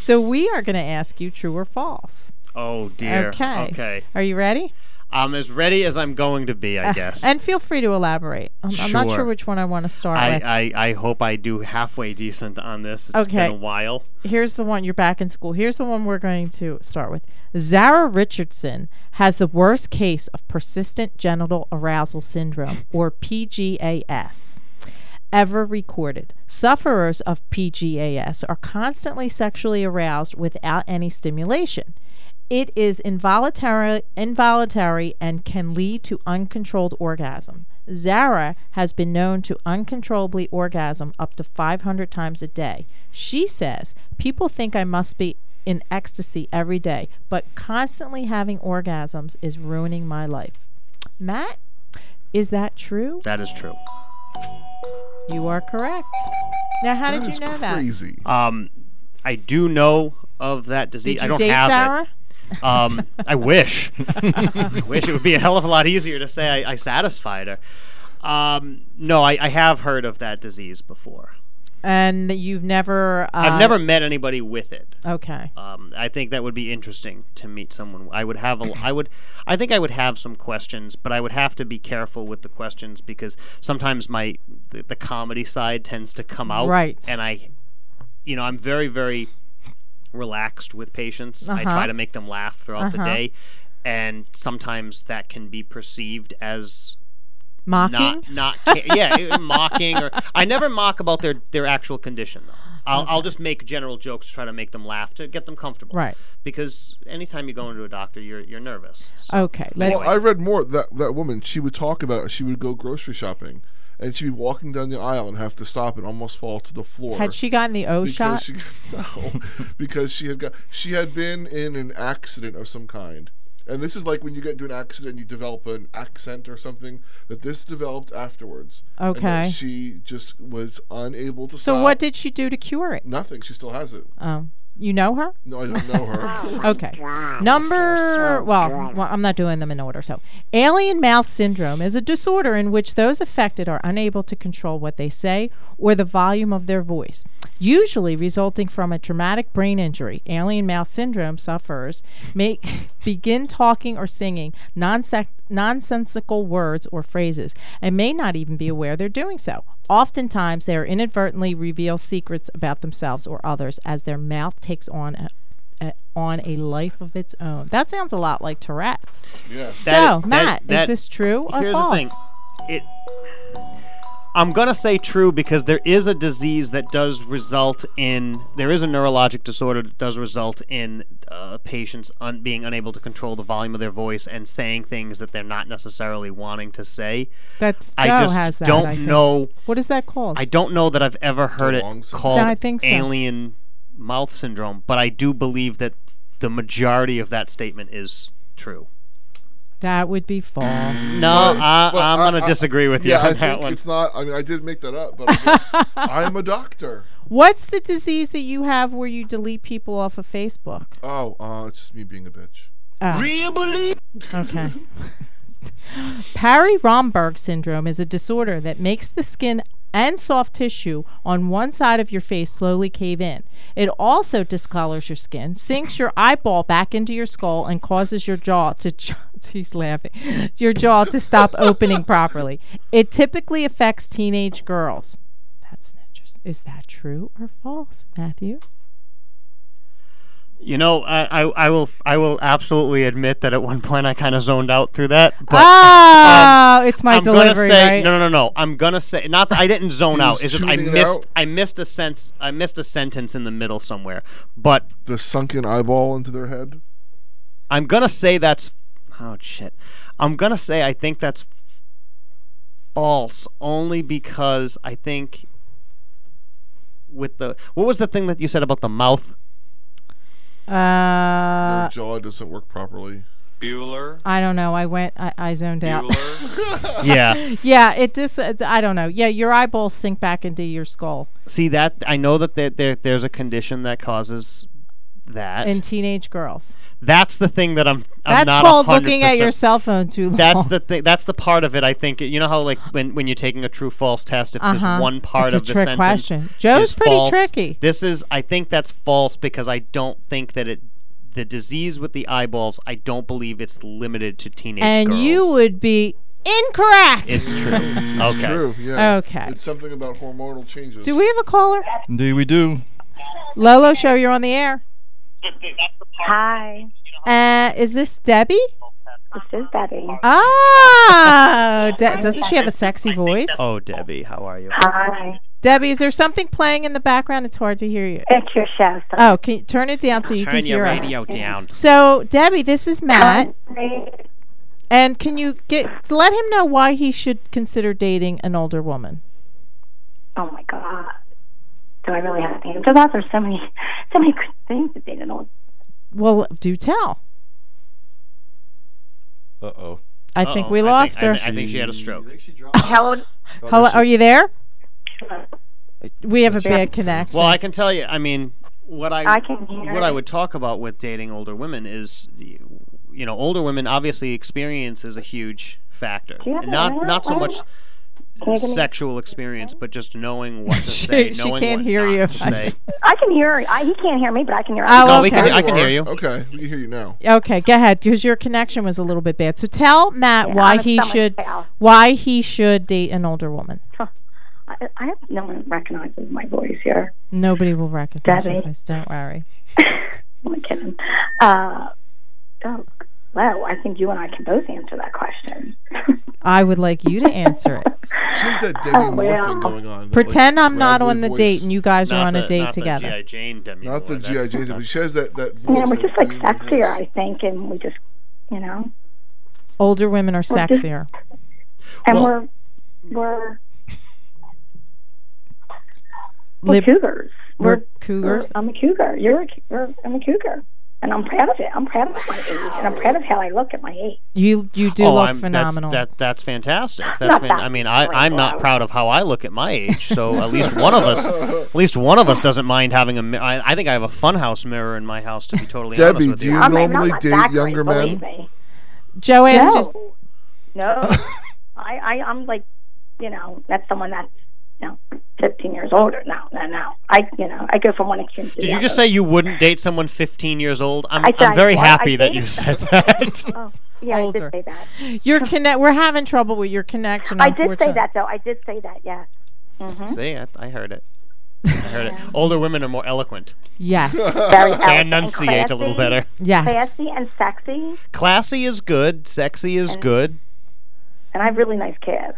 Speaker 1: so we are going to ask you true or false.
Speaker 7: Oh dear.
Speaker 1: Okay.
Speaker 7: Okay.
Speaker 1: Are you ready?
Speaker 7: I'm as ready as I'm going to be, I guess.
Speaker 1: Uh, And feel free to elaborate. I'm, I'm not sure
Speaker 7: Sure.
Speaker 1: which one I want to start with.
Speaker 7: I, I, I hope I do halfway decent on this. It's
Speaker 1: Okay.
Speaker 7: been a while.
Speaker 1: here's the one you're back in school. Here's the one we're going to start with. Zara Richardson has the worst case of persistent genital arousal syndrome or PGAS ever recorded. Sufferers of PGAS are constantly sexually aroused without any stimulation. It is involuntary, involuntary and can lead to uncontrolled orgasm. Zara has been known to uncontrollably orgasm up to 500 times a day. She says, People think I must be in ecstasy every day, but constantly having orgasms is ruining my life. Matt, is that true?
Speaker 7: That is true.
Speaker 1: You are correct. Now, how
Speaker 3: That
Speaker 1: did
Speaker 3: is
Speaker 1: you know that?
Speaker 3: crazy.
Speaker 7: Um, I do know of that disease.
Speaker 1: Did
Speaker 7: I
Speaker 1: you
Speaker 7: don't
Speaker 1: date
Speaker 7: have
Speaker 1: Sarah?
Speaker 7: it. Um, I wish. I wish it would be a hell of a lot easier to say I, I satisfied her. Um, no, I, I have heard of that disease before.
Speaker 1: And you've never. Uh,
Speaker 7: I've never met anybody with it.
Speaker 1: Okay.
Speaker 7: Um, I think that would be interesting to meet someone. I would have a, I would, I think I would have some questions, but I would have to be careful with the questions because sometimes my the, the comedy side tends to come out,
Speaker 1: Right.
Speaker 7: And I, you know, I'm very very relaxed with patients. I
Speaker 1: Uh-huh.
Speaker 7: try to make them laugh throughout the day, and sometimes that can be perceived as
Speaker 1: Mocking?
Speaker 7: not not ca- yeah eh, mocking or I never mock about their their actual condition though. I'll, I'll just make general jokes to try to make them laugh to get them comfortable.
Speaker 1: Right.
Speaker 7: Because anytime you go into a doctor, you're you're nervous. So
Speaker 1: Okay. Let's.
Speaker 3: Well, I read more that that woman. She would talk about. She would go grocery shopping, and she'd be walking down the aisle and have to stop and almost fall to the floor.
Speaker 1: had she gotten the O
Speaker 3: because
Speaker 1: shot?
Speaker 3: she no, because she had got she had been in an accident of some kind. And this is like when you get into an accident and you develop an accent or something that this developed afterwards. And that
Speaker 1: Okay.
Speaker 3: she just was unable to
Speaker 1: so
Speaker 3: stop.
Speaker 1: what did she do to cure it?
Speaker 3: Nothing. She still has it.
Speaker 1: Oh, you know her?
Speaker 3: No, I don't know her.
Speaker 1: Okay. Number, well, well, I'm not doing them in order. So, alien mouth syndrome is a disorder in which those affected are unable to control what they say or the volume of their voice, usually resulting from a traumatic brain injury. Alien mouth syndrome sufferers may begin talking or singing nonsense. Nonsensical words or phrases, and may not even be aware they're doing so. Oftentimes, they are inadvertently reveal secrets about themselves or others as their mouth takes on a a, on a life of its own. That sounds a lot like Tourette's.
Speaker 3: yes.
Speaker 1: so,
Speaker 7: that-
Speaker 1: Matt, is
Speaker 7: that-
Speaker 1: this true or
Speaker 7: here's
Speaker 1: false?
Speaker 7: the thing, it. I'm gonna say true because there is a disease that does result in there is a neurologic disorder that does result in uh, patients un- being unable to control the volume of their voice and saying things that they're not necessarily wanting to say.
Speaker 1: That's Joe
Speaker 7: I just
Speaker 1: has that.
Speaker 7: don't
Speaker 1: I think.
Speaker 7: know.
Speaker 1: What is that called?
Speaker 7: I don't know that I've ever heard it
Speaker 3: Long syndrome.
Speaker 7: called
Speaker 1: Yeah, I think so.
Speaker 7: alien mouth syndrome, but I do believe that the majority of that statement is true.
Speaker 1: that would be false.
Speaker 7: No, I,
Speaker 3: Well,
Speaker 7: I'm
Speaker 3: I-
Speaker 7: going to
Speaker 3: I-
Speaker 7: disagree with
Speaker 3: yeah,
Speaker 7: you
Speaker 3: I
Speaker 7: on that
Speaker 3: think
Speaker 7: one.
Speaker 3: it's not. I mean, I did make that up, but I guess I'm a doctor.
Speaker 1: What's the disease that you have where you delete people off of Facebook?
Speaker 3: Oh, uh, it's just me being a bitch.
Speaker 1: Okay. Parry Romberg syndrome is a disorder that makes the skin and soft tissue on one side of your face slowly cave in. It also discolors your skin, sinks your eyeball back into your skull, and causes your jaw to. Ch- he's laughing. Your jaw to stop opening properly. It typically affects teenage girls. That's interesting. Is that true or false, Matthew?
Speaker 7: You know, I, I, I will I will absolutely admit that at one point I kind of zoned out through that. But, um,
Speaker 1: Oh, it's Ah, my
Speaker 7: I'm
Speaker 1: delivery,
Speaker 7: gonna say,
Speaker 1: right?
Speaker 7: No, no, no, no. I'm gonna say not that I didn't zone
Speaker 3: He
Speaker 7: out.
Speaker 3: was
Speaker 7: It's just I
Speaker 3: tuning it
Speaker 7: missed
Speaker 3: out?
Speaker 7: I missed a sense I missed a sentence in the middle somewhere. But
Speaker 3: The sunken eyeball into their head.
Speaker 7: I'm gonna say that's oh shit. I'm gonna say I think that's false only because I think with the what was the thing that you said about the mouth?
Speaker 3: Their
Speaker 1: Uh,
Speaker 3: jaw doesn't work properly.
Speaker 6: Bueller.
Speaker 1: I don't know. I went. I, I zoned out.
Speaker 6: Bueller.
Speaker 7: Yeah.
Speaker 1: yeah, it just. I don't know. Yeah, your eyeballs sink back into your skull
Speaker 7: See that I know that there, there there's a condition that causes that.
Speaker 1: in teenage girls.
Speaker 7: that's the thing that I'm.
Speaker 1: That's
Speaker 7: I'm not
Speaker 1: called
Speaker 7: 100%
Speaker 1: looking at your cell phone too long.
Speaker 7: That's the thing. That's the part of it. I think you know how like when, when you're taking a true false test, if
Speaker 1: Uh-huh.
Speaker 7: there's one part
Speaker 1: It's a
Speaker 7: of the
Speaker 1: trick
Speaker 7: sentence
Speaker 1: question. Joe's
Speaker 7: is
Speaker 1: pretty
Speaker 7: false,
Speaker 1: tricky.
Speaker 7: This is. I think that's false because I don't think that it. The disease with the eyeballs. I don't believe it's limited to teenage
Speaker 1: and
Speaker 7: girls.
Speaker 1: you would be incorrect.
Speaker 7: It's true. okay.
Speaker 3: True. Yeah.
Speaker 1: Okay.
Speaker 3: It's something about hormonal changes.
Speaker 1: Do we have a caller?
Speaker 11: Do we do?
Speaker 1: Lolo, show you're on the air.
Speaker 12: Hi,
Speaker 1: Uh, is this Debbie?
Speaker 12: this is Debbie.
Speaker 1: Oh, De- doesn't she have a sexy voice?
Speaker 7: Oh, Debbie, how are you?
Speaker 12: Hi,
Speaker 1: Debbie, is there something playing in the background? It's hard to hear you.
Speaker 12: it's your show. So
Speaker 7: Uh,
Speaker 1: Oh, can you turn it down so you can
Speaker 7: Turn your
Speaker 1: hear us?
Speaker 7: radio down.
Speaker 1: So, Debbie, this is Matt,
Speaker 12: Hi.
Speaker 1: and can you get let him know why he should consider dating an older woman?
Speaker 12: Oh my God, do I really have to answer that? There's so many, so many good things that they don't know.
Speaker 1: Well, do tell.
Speaker 11: Uh oh.
Speaker 1: I think
Speaker 7: Uh-oh,
Speaker 1: we lost
Speaker 7: think-
Speaker 1: her.
Speaker 7: I, I think she had a stroke.
Speaker 12: Hello,
Speaker 1: Hello, are you there? We have a bad connection.
Speaker 7: Well, I can tell you. I mean, what I,
Speaker 12: I can hear
Speaker 7: what I
Speaker 12: it.
Speaker 7: would talk about with dating older women is, you know, older women obviously experience is a huge factor.
Speaker 12: you have
Speaker 7: And
Speaker 12: a
Speaker 7: not
Speaker 12: minute?
Speaker 7: not so
Speaker 12: Why
Speaker 7: much
Speaker 12: not? Can you give me-
Speaker 7: sexual experience, but just knowing what to
Speaker 1: She-
Speaker 7: say,
Speaker 1: she
Speaker 7: knowing
Speaker 1: can't
Speaker 7: what
Speaker 1: hear
Speaker 7: not
Speaker 1: you.
Speaker 7: to say.
Speaker 12: I can hear. I, he can't hear me, but I can hear.
Speaker 1: Oh,
Speaker 7: No, we can,
Speaker 1: Okay.
Speaker 7: I can hear you.
Speaker 3: Okay, we can hear you now.
Speaker 1: okay, go ahead because your connection was a little bit bad. So tell Matt
Speaker 12: Yeah,
Speaker 1: why
Speaker 12: I'm a
Speaker 1: he
Speaker 12: stomach
Speaker 1: should
Speaker 12: fail.
Speaker 1: why he should date an older woman.
Speaker 12: I, I hope no one recognizes my voice here.
Speaker 1: Nobody will recognize your
Speaker 12: Debbie.
Speaker 1: voice. Don't worry.
Speaker 12: I'm only kidding. Uh, oh, well, I think you and I can both answer that question.
Speaker 1: I would like you to answer it.
Speaker 3: She has that Demi
Speaker 12: Oh,
Speaker 3: Moore
Speaker 12: well.
Speaker 3: thing going on. that, like,
Speaker 1: Pretend I'm not
Speaker 3: gravelly
Speaker 1: on the
Speaker 3: voice.
Speaker 1: date and you guys are
Speaker 7: Not
Speaker 1: on
Speaker 7: the,
Speaker 1: a date
Speaker 7: not
Speaker 1: together.
Speaker 7: The G.I. Jane Demi
Speaker 3: Not the
Speaker 7: Moore,
Speaker 3: GI
Speaker 7: Oh, that's-
Speaker 3: Jane's, but she has that that voice.
Speaker 12: yeah, we're
Speaker 3: that
Speaker 12: just like
Speaker 3: Demi Moore
Speaker 12: sexier,
Speaker 3: voice.
Speaker 12: I think, and we just, you know,
Speaker 1: Older women are
Speaker 12: Well, just-
Speaker 1: sexier.
Speaker 12: and
Speaker 7: Well-
Speaker 12: we're we're we're
Speaker 1: Lib-
Speaker 12: cougars.
Speaker 1: we're
Speaker 12: We're-
Speaker 1: cougars.
Speaker 12: I'm a cougar. You're a cou- we're, I'm a cougar, and I'm proud of it. I'm proud of my age, and I'm proud of how I look at my age.
Speaker 1: You you do
Speaker 7: oh,
Speaker 1: look
Speaker 7: I'm,
Speaker 1: phenomenal.
Speaker 7: That's, that, that's fantastic. That's
Speaker 12: Not
Speaker 7: fan-
Speaker 12: that
Speaker 7: I mean, I,
Speaker 12: great,
Speaker 7: I'm not
Speaker 12: wow.
Speaker 7: proud of how I look at my age, so at least one of us, at least one of us doesn't mind having a. mi- I, I think I have a funhouse mirror in my house. To be totally honest
Speaker 3: Debbie,
Speaker 7: with
Speaker 3: do
Speaker 7: you,
Speaker 3: you
Speaker 12: I'm, I'm
Speaker 3: normally
Speaker 12: not
Speaker 3: date
Speaker 12: that great,
Speaker 3: younger
Speaker 12: believe
Speaker 3: men?
Speaker 12: Me.
Speaker 1: Joe asked
Speaker 12: No,
Speaker 1: us-
Speaker 12: no. I, I I'm like, you know, that's someone that's you know, 15 years older. No, no, no. I you know I go from one extreme to the
Speaker 7: Did you
Speaker 12: other.
Speaker 7: just say you wouldn't date someone 15 years old? I'm,
Speaker 12: I
Speaker 7: I'm
Speaker 12: said-
Speaker 7: very
Speaker 12: well, I
Speaker 7: happy that
Speaker 12: dated
Speaker 7: you said that.
Speaker 12: Oh, yeah,
Speaker 1: Older.
Speaker 12: I did say that.
Speaker 1: your connect. We're having trouble with your connection.
Speaker 12: I did say
Speaker 1: unfortunately.
Speaker 12: that though. I did say that. Yes. Mm-hmm.
Speaker 7: See, I, I heard it. I heard it. Older women are more eloquent.
Speaker 1: Yes.
Speaker 12: Very
Speaker 7: They
Speaker 12: elegant and
Speaker 7: enunciate a little
Speaker 12: classy.
Speaker 7: better.
Speaker 1: yes.
Speaker 12: Classy and sexy,
Speaker 7: Classy is good. Sexy is good.
Speaker 12: and I have really nice calves.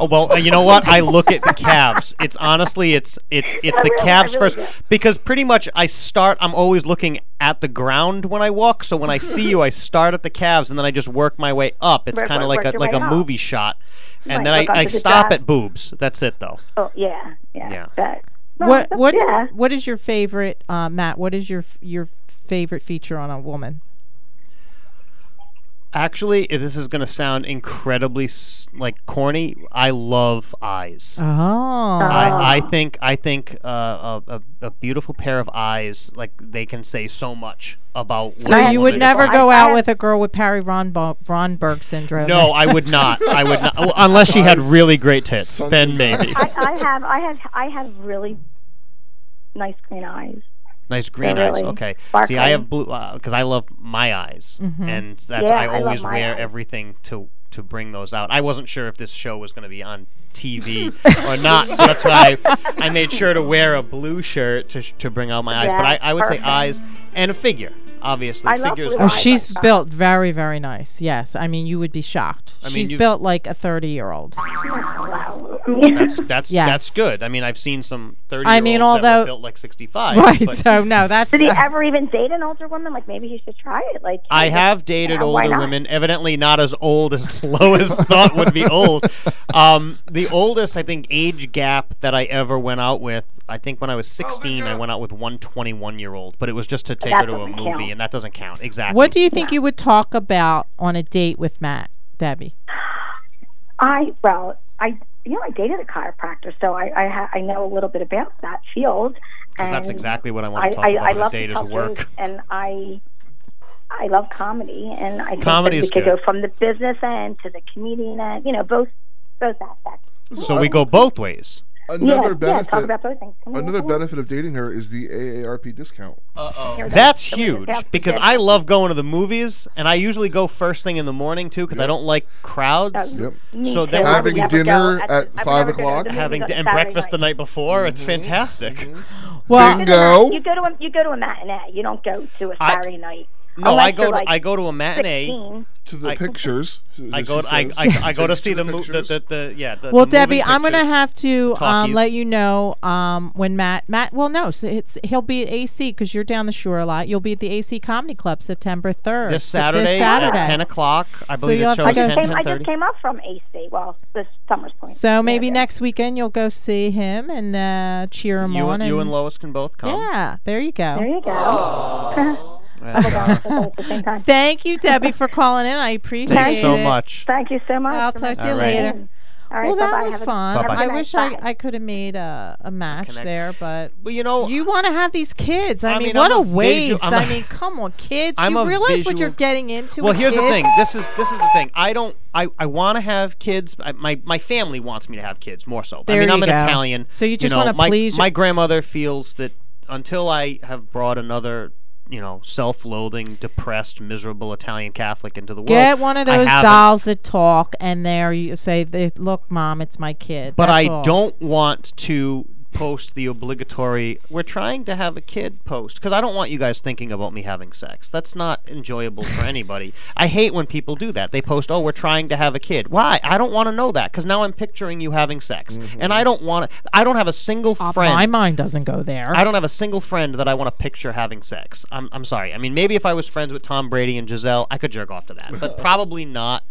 Speaker 7: Oh, well, uh, you know what? I look at the calves. It's honestly, it's it's it's the
Speaker 12: really- I
Speaker 7: calves
Speaker 12: really
Speaker 7: first
Speaker 12: do.
Speaker 7: because pretty much I start. I'm always looking at the ground when I walk. So when I see you, I start at the calves and then I just work my way up. It's
Speaker 12: Work-
Speaker 7: kind of like
Speaker 12: work-
Speaker 7: a
Speaker 12: work your
Speaker 7: like
Speaker 12: way
Speaker 7: a
Speaker 12: up.
Speaker 7: movie shot, and
Speaker 12: Right,
Speaker 7: then
Speaker 12: work up
Speaker 7: I, I
Speaker 12: to the
Speaker 7: stop
Speaker 12: jaw.
Speaker 7: at boobs. That's it though.
Speaker 12: Oh yeah, yeah.
Speaker 7: Yeah.
Speaker 12: But, no,
Speaker 1: What
Speaker 12: that's-
Speaker 1: what
Speaker 12: Yeah.
Speaker 1: what is your favorite, uh, Matt? What is your f- your favorite feature on a woman?
Speaker 7: Actually, i- this is going to sound incredibly s- like corny. I love eyes.
Speaker 1: Oh,
Speaker 7: I, I think I think uh, a, a, a beautiful pair of eyes like they can say so much about.
Speaker 1: so
Speaker 7: what a
Speaker 1: you would
Speaker 7: woman is
Speaker 1: never
Speaker 7: like.
Speaker 1: go
Speaker 12: I- I
Speaker 1: out
Speaker 12: have-
Speaker 1: with a girl with Parry Ron Ronberg syndrome.
Speaker 7: No, I would not. I would not well, unless she had really great tits. Then maybe
Speaker 12: I, I have, I have, I have really nice green eyes.
Speaker 7: nice green eyes.
Speaker 12: really
Speaker 7: Okay, see, I
Speaker 12: sparkling.
Speaker 1: Mm-hmm.
Speaker 7: have blue because I love my eyes, and that's
Speaker 12: Yeah,
Speaker 7: I
Speaker 12: I love
Speaker 7: always
Speaker 12: my
Speaker 7: wear
Speaker 12: eyes.
Speaker 7: everything to to bring those out. I wasn't sure if this show was going to be on TV or not, so that's why I, I made sure to wear a blue shirt to, sh- to bring out my eyes. But I,
Speaker 1: That's
Speaker 7: I would
Speaker 1: perfect.
Speaker 7: say eyes and a figure, obviously.
Speaker 1: I
Speaker 7: figure is
Speaker 1: Oh, she's built very, very nice. Yes, I mean you would be shocked.
Speaker 7: I mean,
Speaker 1: she's
Speaker 7: you-
Speaker 1: built like a thirty-year-old.
Speaker 7: That's that's
Speaker 1: Yes.
Speaker 7: that's good. I mean, I've seen some thirty.
Speaker 1: I mean, although-
Speaker 7: built like sixty-five.
Speaker 1: Right,
Speaker 7: but-
Speaker 1: so no, that's-
Speaker 13: Did he ever even date an older woman? Like maybe he should try it. Like
Speaker 7: I have dated
Speaker 13: Yeah, why
Speaker 7: older
Speaker 13: not?
Speaker 7: women, evidently not as old as Lois thought would be old. Um, the oldest, I think, age gap that I ever went out with, I think when I was 16, I went out with one 21 year old, but it was just to take
Speaker 1: That
Speaker 7: her to a
Speaker 1: doesn't
Speaker 7: movie,
Speaker 1: count.
Speaker 7: and that doesn't count. Exactly.
Speaker 1: What do you think you would talk about on a date with Matt, Debbie?
Speaker 13: I well, I you know I dated a chiropractor, so I I, ha- I know a little bit about that field.
Speaker 7: Because that's
Speaker 13: and
Speaker 7: exactly what I want to talk
Speaker 13: I,
Speaker 7: about on a
Speaker 13: love
Speaker 7: date
Speaker 13: to
Speaker 7: is
Speaker 13: tell
Speaker 7: work.
Speaker 13: jokes, and I I love comedy, and I think
Speaker 7: Comedy
Speaker 13: that we
Speaker 7: is
Speaker 13: could
Speaker 7: good.
Speaker 13: go from the business end to the comedian end. You know, both both aspects.
Speaker 7: So we go both ways.
Speaker 3: Another
Speaker 13: yeah,
Speaker 3: benefit.
Speaker 13: talk about both things. Come here,
Speaker 3: Another
Speaker 13: come here.
Speaker 3: benefit of dating her is the AARP discount.
Speaker 7: Uh
Speaker 13: Here
Speaker 7: oh.
Speaker 13: we go.
Speaker 7: That's
Speaker 13: Here we go.
Speaker 7: huge
Speaker 13: That's
Speaker 7: because
Speaker 13: good.
Speaker 7: I love going to the movies, and I usually go first thing in the morning too because I don't like crowds.
Speaker 3: Yep.
Speaker 13: Me
Speaker 7: So
Speaker 13: too.
Speaker 7: then
Speaker 13: I would
Speaker 7: having
Speaker 13: never
Speaker 7: dinner
Speaker 13: go. I-
Speaker 7: at
Speaker 13: I would
Speaker 7: five
Speaker 13: never go to the
Speaker 7: o'clock,
Speaker 13: movies
Speaker 7: having
Speaker 13: on
Speaker 7: and
Speaker 13: Saturday Mm-hmm.
Speaker 7: breakfast the night before, it's fantastic.
Speaker 1: Well-
Speaker 13: You go to a you go to a matinee. You don't go to a
Speaker 7: I-
Speaker 13: Saturday night.
Speaker 7: No,
Speaker 13: Unless
Speaker 7: I go
Speaker 13: you're,
Speaker 7: to
Speaker 13: like,
Speaker 7: I go to a matinee.
Speaker 13: 16.
Speaker 3: To the
Speaker 7: I-
Speaker 3: pictures.
Speaker 7: I
Speaker 3: as
Speaker 7: go
Speaker 3: she
Speaker 7: to, I,
Speaker 3: says.
Speaker 7: I, I go to
Speaker 3: Takes
Speaker 7: see
Speaker 3: you
Speaker 7: the, mo- the, the, the yeah. The,
Speaker 1: well,
Speaker 7: the movie
Speaker 1: Debbie, I'm gonna
Speaker 7: pictures.
Speaker 1: have to um,
Speaker 7: Talkies.
Speaker 1: let you know um, when Matt Matt. Well, no, so it's he'll be at AC because you're down the shore a lot. You'll be at the AC Comedy Club September third.
Speaker 7: this Saturday,
Speaker 1: This Saturday.
Speaker 7: at ten o'clock. I
Speaker 1: So
Speaker 7: believe
Speaker 1: you'll
Speaker 7: the
Speaker 1: have to
Speaker 7: show is
Speaker 1: go
Speaker 7: ten
Speaker 13: I came, I
Speaker 7: ten
Speaker 13: just
Speaker 7: thirty.
Speaker 13: came up from AC. Well, this summer's point.
Speaker 1: So maybe next weekend you'll go see him and uh, cheer him
Speaker 7: You
Speaker 1: on.
Speaker 7: and, you and Lois can both come.
Speaker 1: yeah, there you go.
Speaker 13: There you go.
Speaker 7: And, uh,
Speaker 1: Thank you, Debbie, for calling in. I appreciate
Speaker 7: Thank you so
Speaker 1: it.
Speaker 7: much.
Speaker 13: Thank you so much.
Speaker 1: I'll
Speaker 13: for
Speaker 1: talk to you
Speaker 7: All right.
Speaker 1: later.
Speaker 13: All right,
Speaker 1: well, that
Speaker 13: bye-bye.
Speaker 1: was
Speaker 13: Have a-
Speaker 1: fun.
Speaker 7: Bye-bye.
Speaker 1: I
Speaker 7: Have a
Speaker 1: wish I, I could have made a, a match
Speaker 7: connect.
Speaker 1: there, but
Speaker 7: but you know,
Speaker 1: you want to have these kids. I,
Speaker 7: I
Speaker 1: mean,
Speaker 7: mean,
Speaker 1: what
Speaker 7: I'm
Speaker 1: a
Speaker 7: a visu-
Speaker 1: waste.
Speaker 7: I'm
Speaker 1: I
Speaker 7: a-
Speaker 1: mean, come on, kids.
Speaker 7: I'm
Speaker 1: you
Speaker 7: a
Speaker 1: realize what you're
Speaker 7: visual-
Speaker 1: getting into.
Speaker 7: well,
Speaker 1: with
Speaker 7: here's the
Speaker 1: kids?
Speaker 7: thing. This is this is the thing. I don't. I, I want to have kids. I, my my family wants me to have kids more so.
Speaker 1: There
Speaker 7: I mean, I'm
Speaker 1: you
Speaker 7: an
Speaker 1: go.
Speaker 7: Italian.
Speaker 1: So you just
Speaker 7: know,
Speaker 1: wanna
Speaker 7: my,
Speaker 1: please your-
Speaker 7: My grandmother feels that until I have brought another. You know, self-loathing, depressed, miserable Italian Catholic into the world.
Speaker 1: Get one of
Speaker 7: I
Speaker 1: those
Speaker 7: haven't.
Speaker 1: dolls that talk, and there you say, they- "Look, mom, it's my kid."
Speaker 7: But
Speaker 1: That's
Speaker 7: I
Speaker 1: all.
Speaker 7: don't want to post the obligatory we're trying to have a kid post because I don't want you guys thinking about me having sex. That's not enjoyable for anybody. I hate when people do that. They post, "Oh, we're trying to have a kid." Why? I don't want to know that cuz now I'm picturing you having sex. And I don't want to I don't have a single
Speaker 1: Mm-hmm. Uh,
Speaker 7: friend.
Speaker 1: My mind doesn't go there.
Speaker 7: I don't have a single friend that I want to picture having sex. I'm, I'm sorry. I mean, maybe if I was friends with Tom Brady and Giselle, I could jerk off to that, but probably not.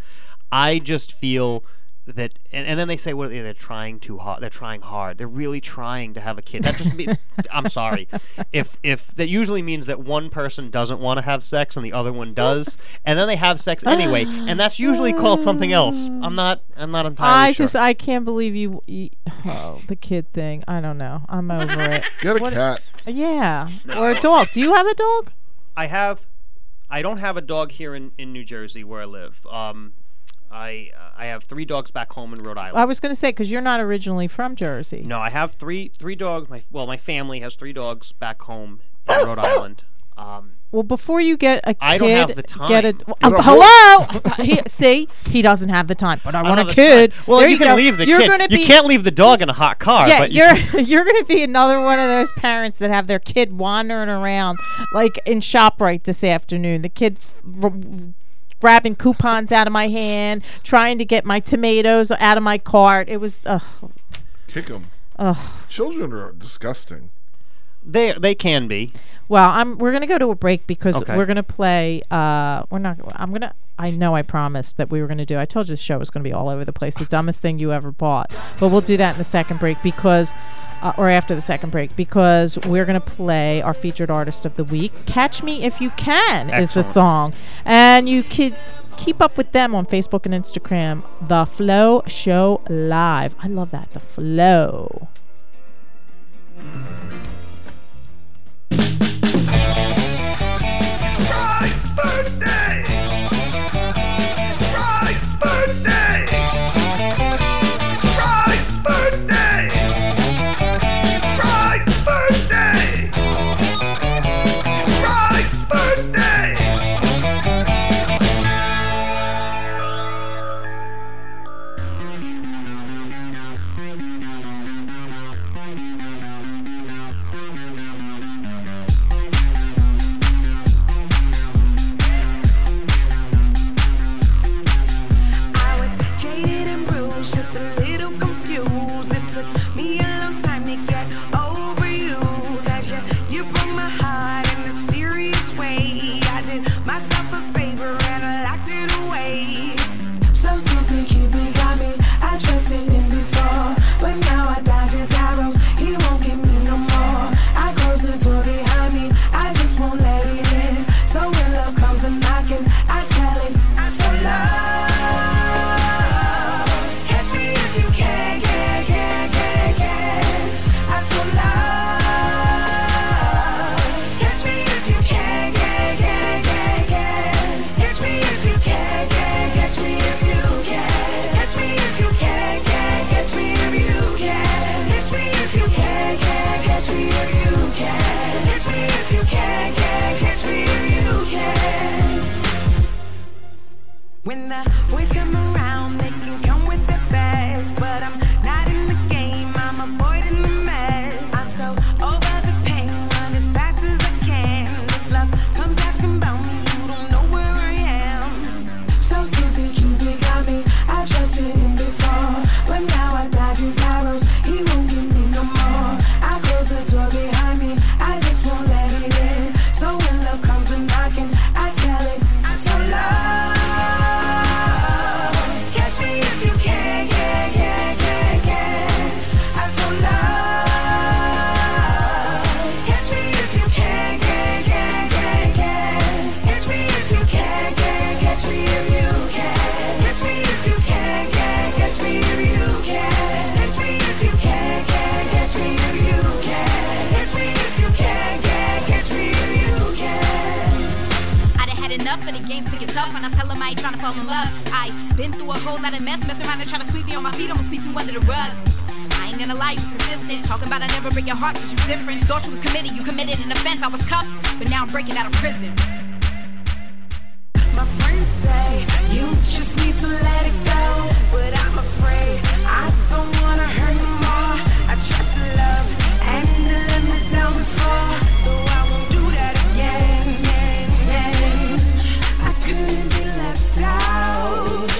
Speaker 7: I just feel that, and, and then they say, well, they're trying too hard. They're trying hard. They're really trying to have a kid. That just, be, I'm sorry. If if that usually means that one person doesn't want to have sex and the other one does, and then they have sex anyway, and that's usually called something else. I'm not. I'm not entirely
Speaker 1: I
Speaker 7: sure.
Speaker 1: just I can't believe you, you oh, the kid thing. I don't know. I'm over it.
Speaker 3: Get a cat.
Speaker 1: Yeah, or a dog. Do you have a dog?
Speaker 7: I have. I don't have a dog here in, in New Jersey where I live. Um, I I have three dogs back home in Rhode Island.
Speaker 1: I was going to say because you're not originally from Jersey.
Speaker 7: no, I have three three dogs. My well, my family has three dogs back home in Rhode Island. Um,
Speaker 1: Well, before you get a kid,
Speaker 7: I don't have the
Speaker 1: Get a,
Speaker 7: time.
Speaker 1: Uh, hello. he, see, he doesn't have the time, but I, want
Speaker 7: don't
Speaker 1: a
Speaker 7: have the
Speaker 1: kid.
Speaker 7: time. Well,
Speaker 1: There
Speaker 7: you, can
Speaker 1: go.
Speaker 7: leave the
Speaker 1: you're
Speaker 7: kid.
Speaker 1: Gonna
Speaker 7: you
Speaker 1: be,
Speaker 7: can't leave the dog in a hot car.
Speaker 1: Yeah,
Speaker 7: but you
Speaker 1: you're
Speaker 7: can-
Speaker 1: you're going to be another one of those parents that have their kid wandering around like in Shoprite this afternoon. The kid r- grabbing coupons out of my hand, trying to get my tomatoes out of my cart. It was. Uh,
Speaker 3: Kick them. Children are disgusting.
Speaker 7: they they can be.
Speaker 1: Well, I'm. We're gonna go to a break because
Speaker 7: Okay.
Speaker 1: we're gonna play. Uh, we're not. I'm gonna. I know I promised that we were gonna do. I told you the show was gonna be all over the place. The dumbest thing you ever bought. But we'll do that in the second break because, uh, or after the second break because we're gonna play our featured artist of the week. Catch me if you can is the
Speaker 12: Excellent.
Speaker 1: song, and you could keep up with them on Facebook and Instagram. The Flow Show Live. I love that. The Flow.
Speaker 4: birthday!
Speaker 12: took me a long time to get over you. Cause you, you broke my heart in a serious way. I did myself a favor and I locked it away. So stupid, Cupid got me. I trusted him before, but now I dodge his arrows. He won't give me no more. I close the door behind me. I just won't let it in. So when love comes a knocking, I tell it. I tell love, catch me if you can, can, can, can, can. I tell love, catch me if you can, can, can, can, can. Catch me if you can, can, catch me if you can. Catch me if you can, can, catch me if you can. Catch me if you can, can, catch me if you can. Catch me if you can, can, catch me if you can. When the boys come around, they can come with the best. But I'm not in the game, I'm avoiding the mess. I'm so over the pain, run as fast as I can. If love comes asking about me, you don't know where I am. So stupid, Cupid got me. I trusted him before, but now I dodge his arrows. He won't give me no more. I close the door behind me, I just won't let it in. So when love comes a knocking, I tell it, I tell love. Catch me if you can, can, can, can, can. I tell love. Catch me if you can, can, can, can, can. Catch me if you can, can, catch me if you can. Catch me if you can, can, catch me if you can. Catch me if you can, can, catch me if you can. Catch me if you can, can, catch me if you can.
Speaker 14: I done had enough of the games to get tough when I tell 'em I ain't tryna fall in love. I been through a whole lot of mess, mess around and try to sweep me on my feet, I'ma sweep you under the rug. I ain't gonna lie, you was consistent. Talking about I never break your heart, but you different. Thought you was committed, you committed an offense. I was cuffed, but now I'm breaking out of prison.
Speaker 12: My friends say you just need to let it go, but I'm afraid I don't wanna hurt no more. I tried to love and to let me down before, so I won't do that again. again, again. I couldn't be left out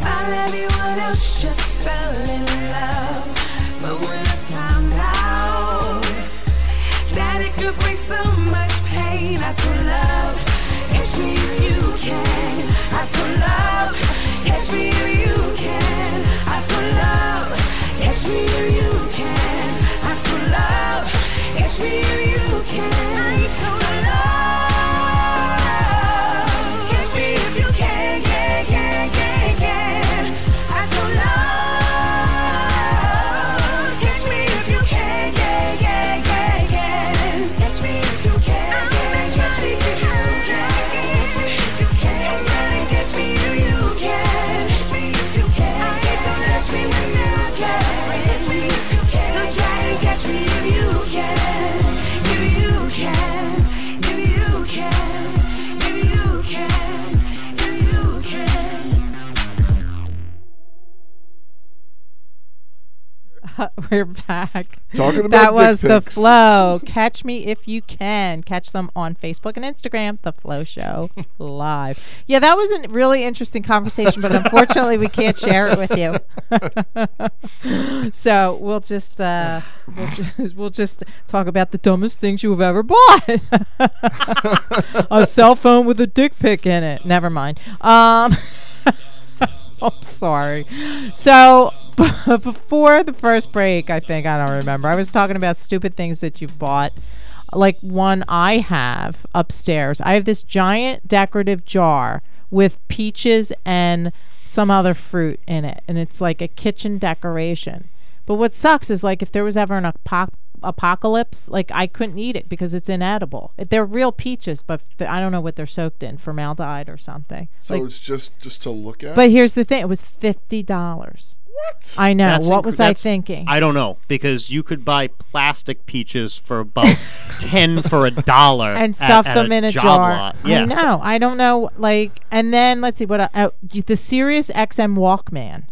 Speaker 12: while everyone else just fell in love. But when I found out that it could bring so much pain. I told love, catch me if you can. I told love, catch me if you can. I told love, catch me if you can. I told love, catch me if you can. I told love, catch me if you can, can, can, can, can. I told love, catch me if you can, can, can, can, can. Catch me if you can, can, catch me if you can. Catch me if you can, can, catch me if you can. Catch me if you can, can, catch me if you can. Catch me if you can, so try and catch me if you can. If you can, if you can, if you can, if you can.
Speaker 1: We're back.
Speaker 3: Talking about
Speaker 1: that was
Speaker 3: dick
Speaker 1: the
Speaker 3: pics.
Speaker 1: flow. Catch me if you can. Catch them on Facebook and Instagram. The Flow Show live. Yeah, that was a really interesting conversation, but unfortunately, we can't share it with you. so we'll just uh, we'll just we'll just talk about the dumbest things you have ever bought. a cell phone with a dick pic in it. Never mind. Um. I'm sorry. So before the first break, I think I don't remember. I was talking about stupid things that you bought. Like one I have upstairs. I have this giant decorative jar with peaches and some other fruit in it, and it's like a kitchen decoration. But what sucks is like if there was ever an apo- apocalypse, like I couldn't eat it because it's inedible. They're real peaches, but th- I don't know what they're soaked in, formaldehyde or something.
Speaker 3: So
Speaker 1: like,
Speaker 3: it's just just to look at.
Speaker 1: but here's the thing: it was fifty dollars. What? I know.
Speaker 7: That's
Speaker 1: what
Speaker 7: incre-
Speaker 1: was I
Speaker 7: that's-
Speaker 1: thinking?
Speaker 7: I don't know because you could buy plastic peaches for about ten for a dollar
Speaker 1: and
Speaker 7: at-
Speaker 1: stuff
Speaker 7: at
Speaker 1: them in a
Speaker 7: job
Speaker 1: jar.
Speaker 7: lot. Yeah.
Speaker 1: I know. I don't uh, know. Like, and then let's see what el- uh, the Sirius XM Walkman.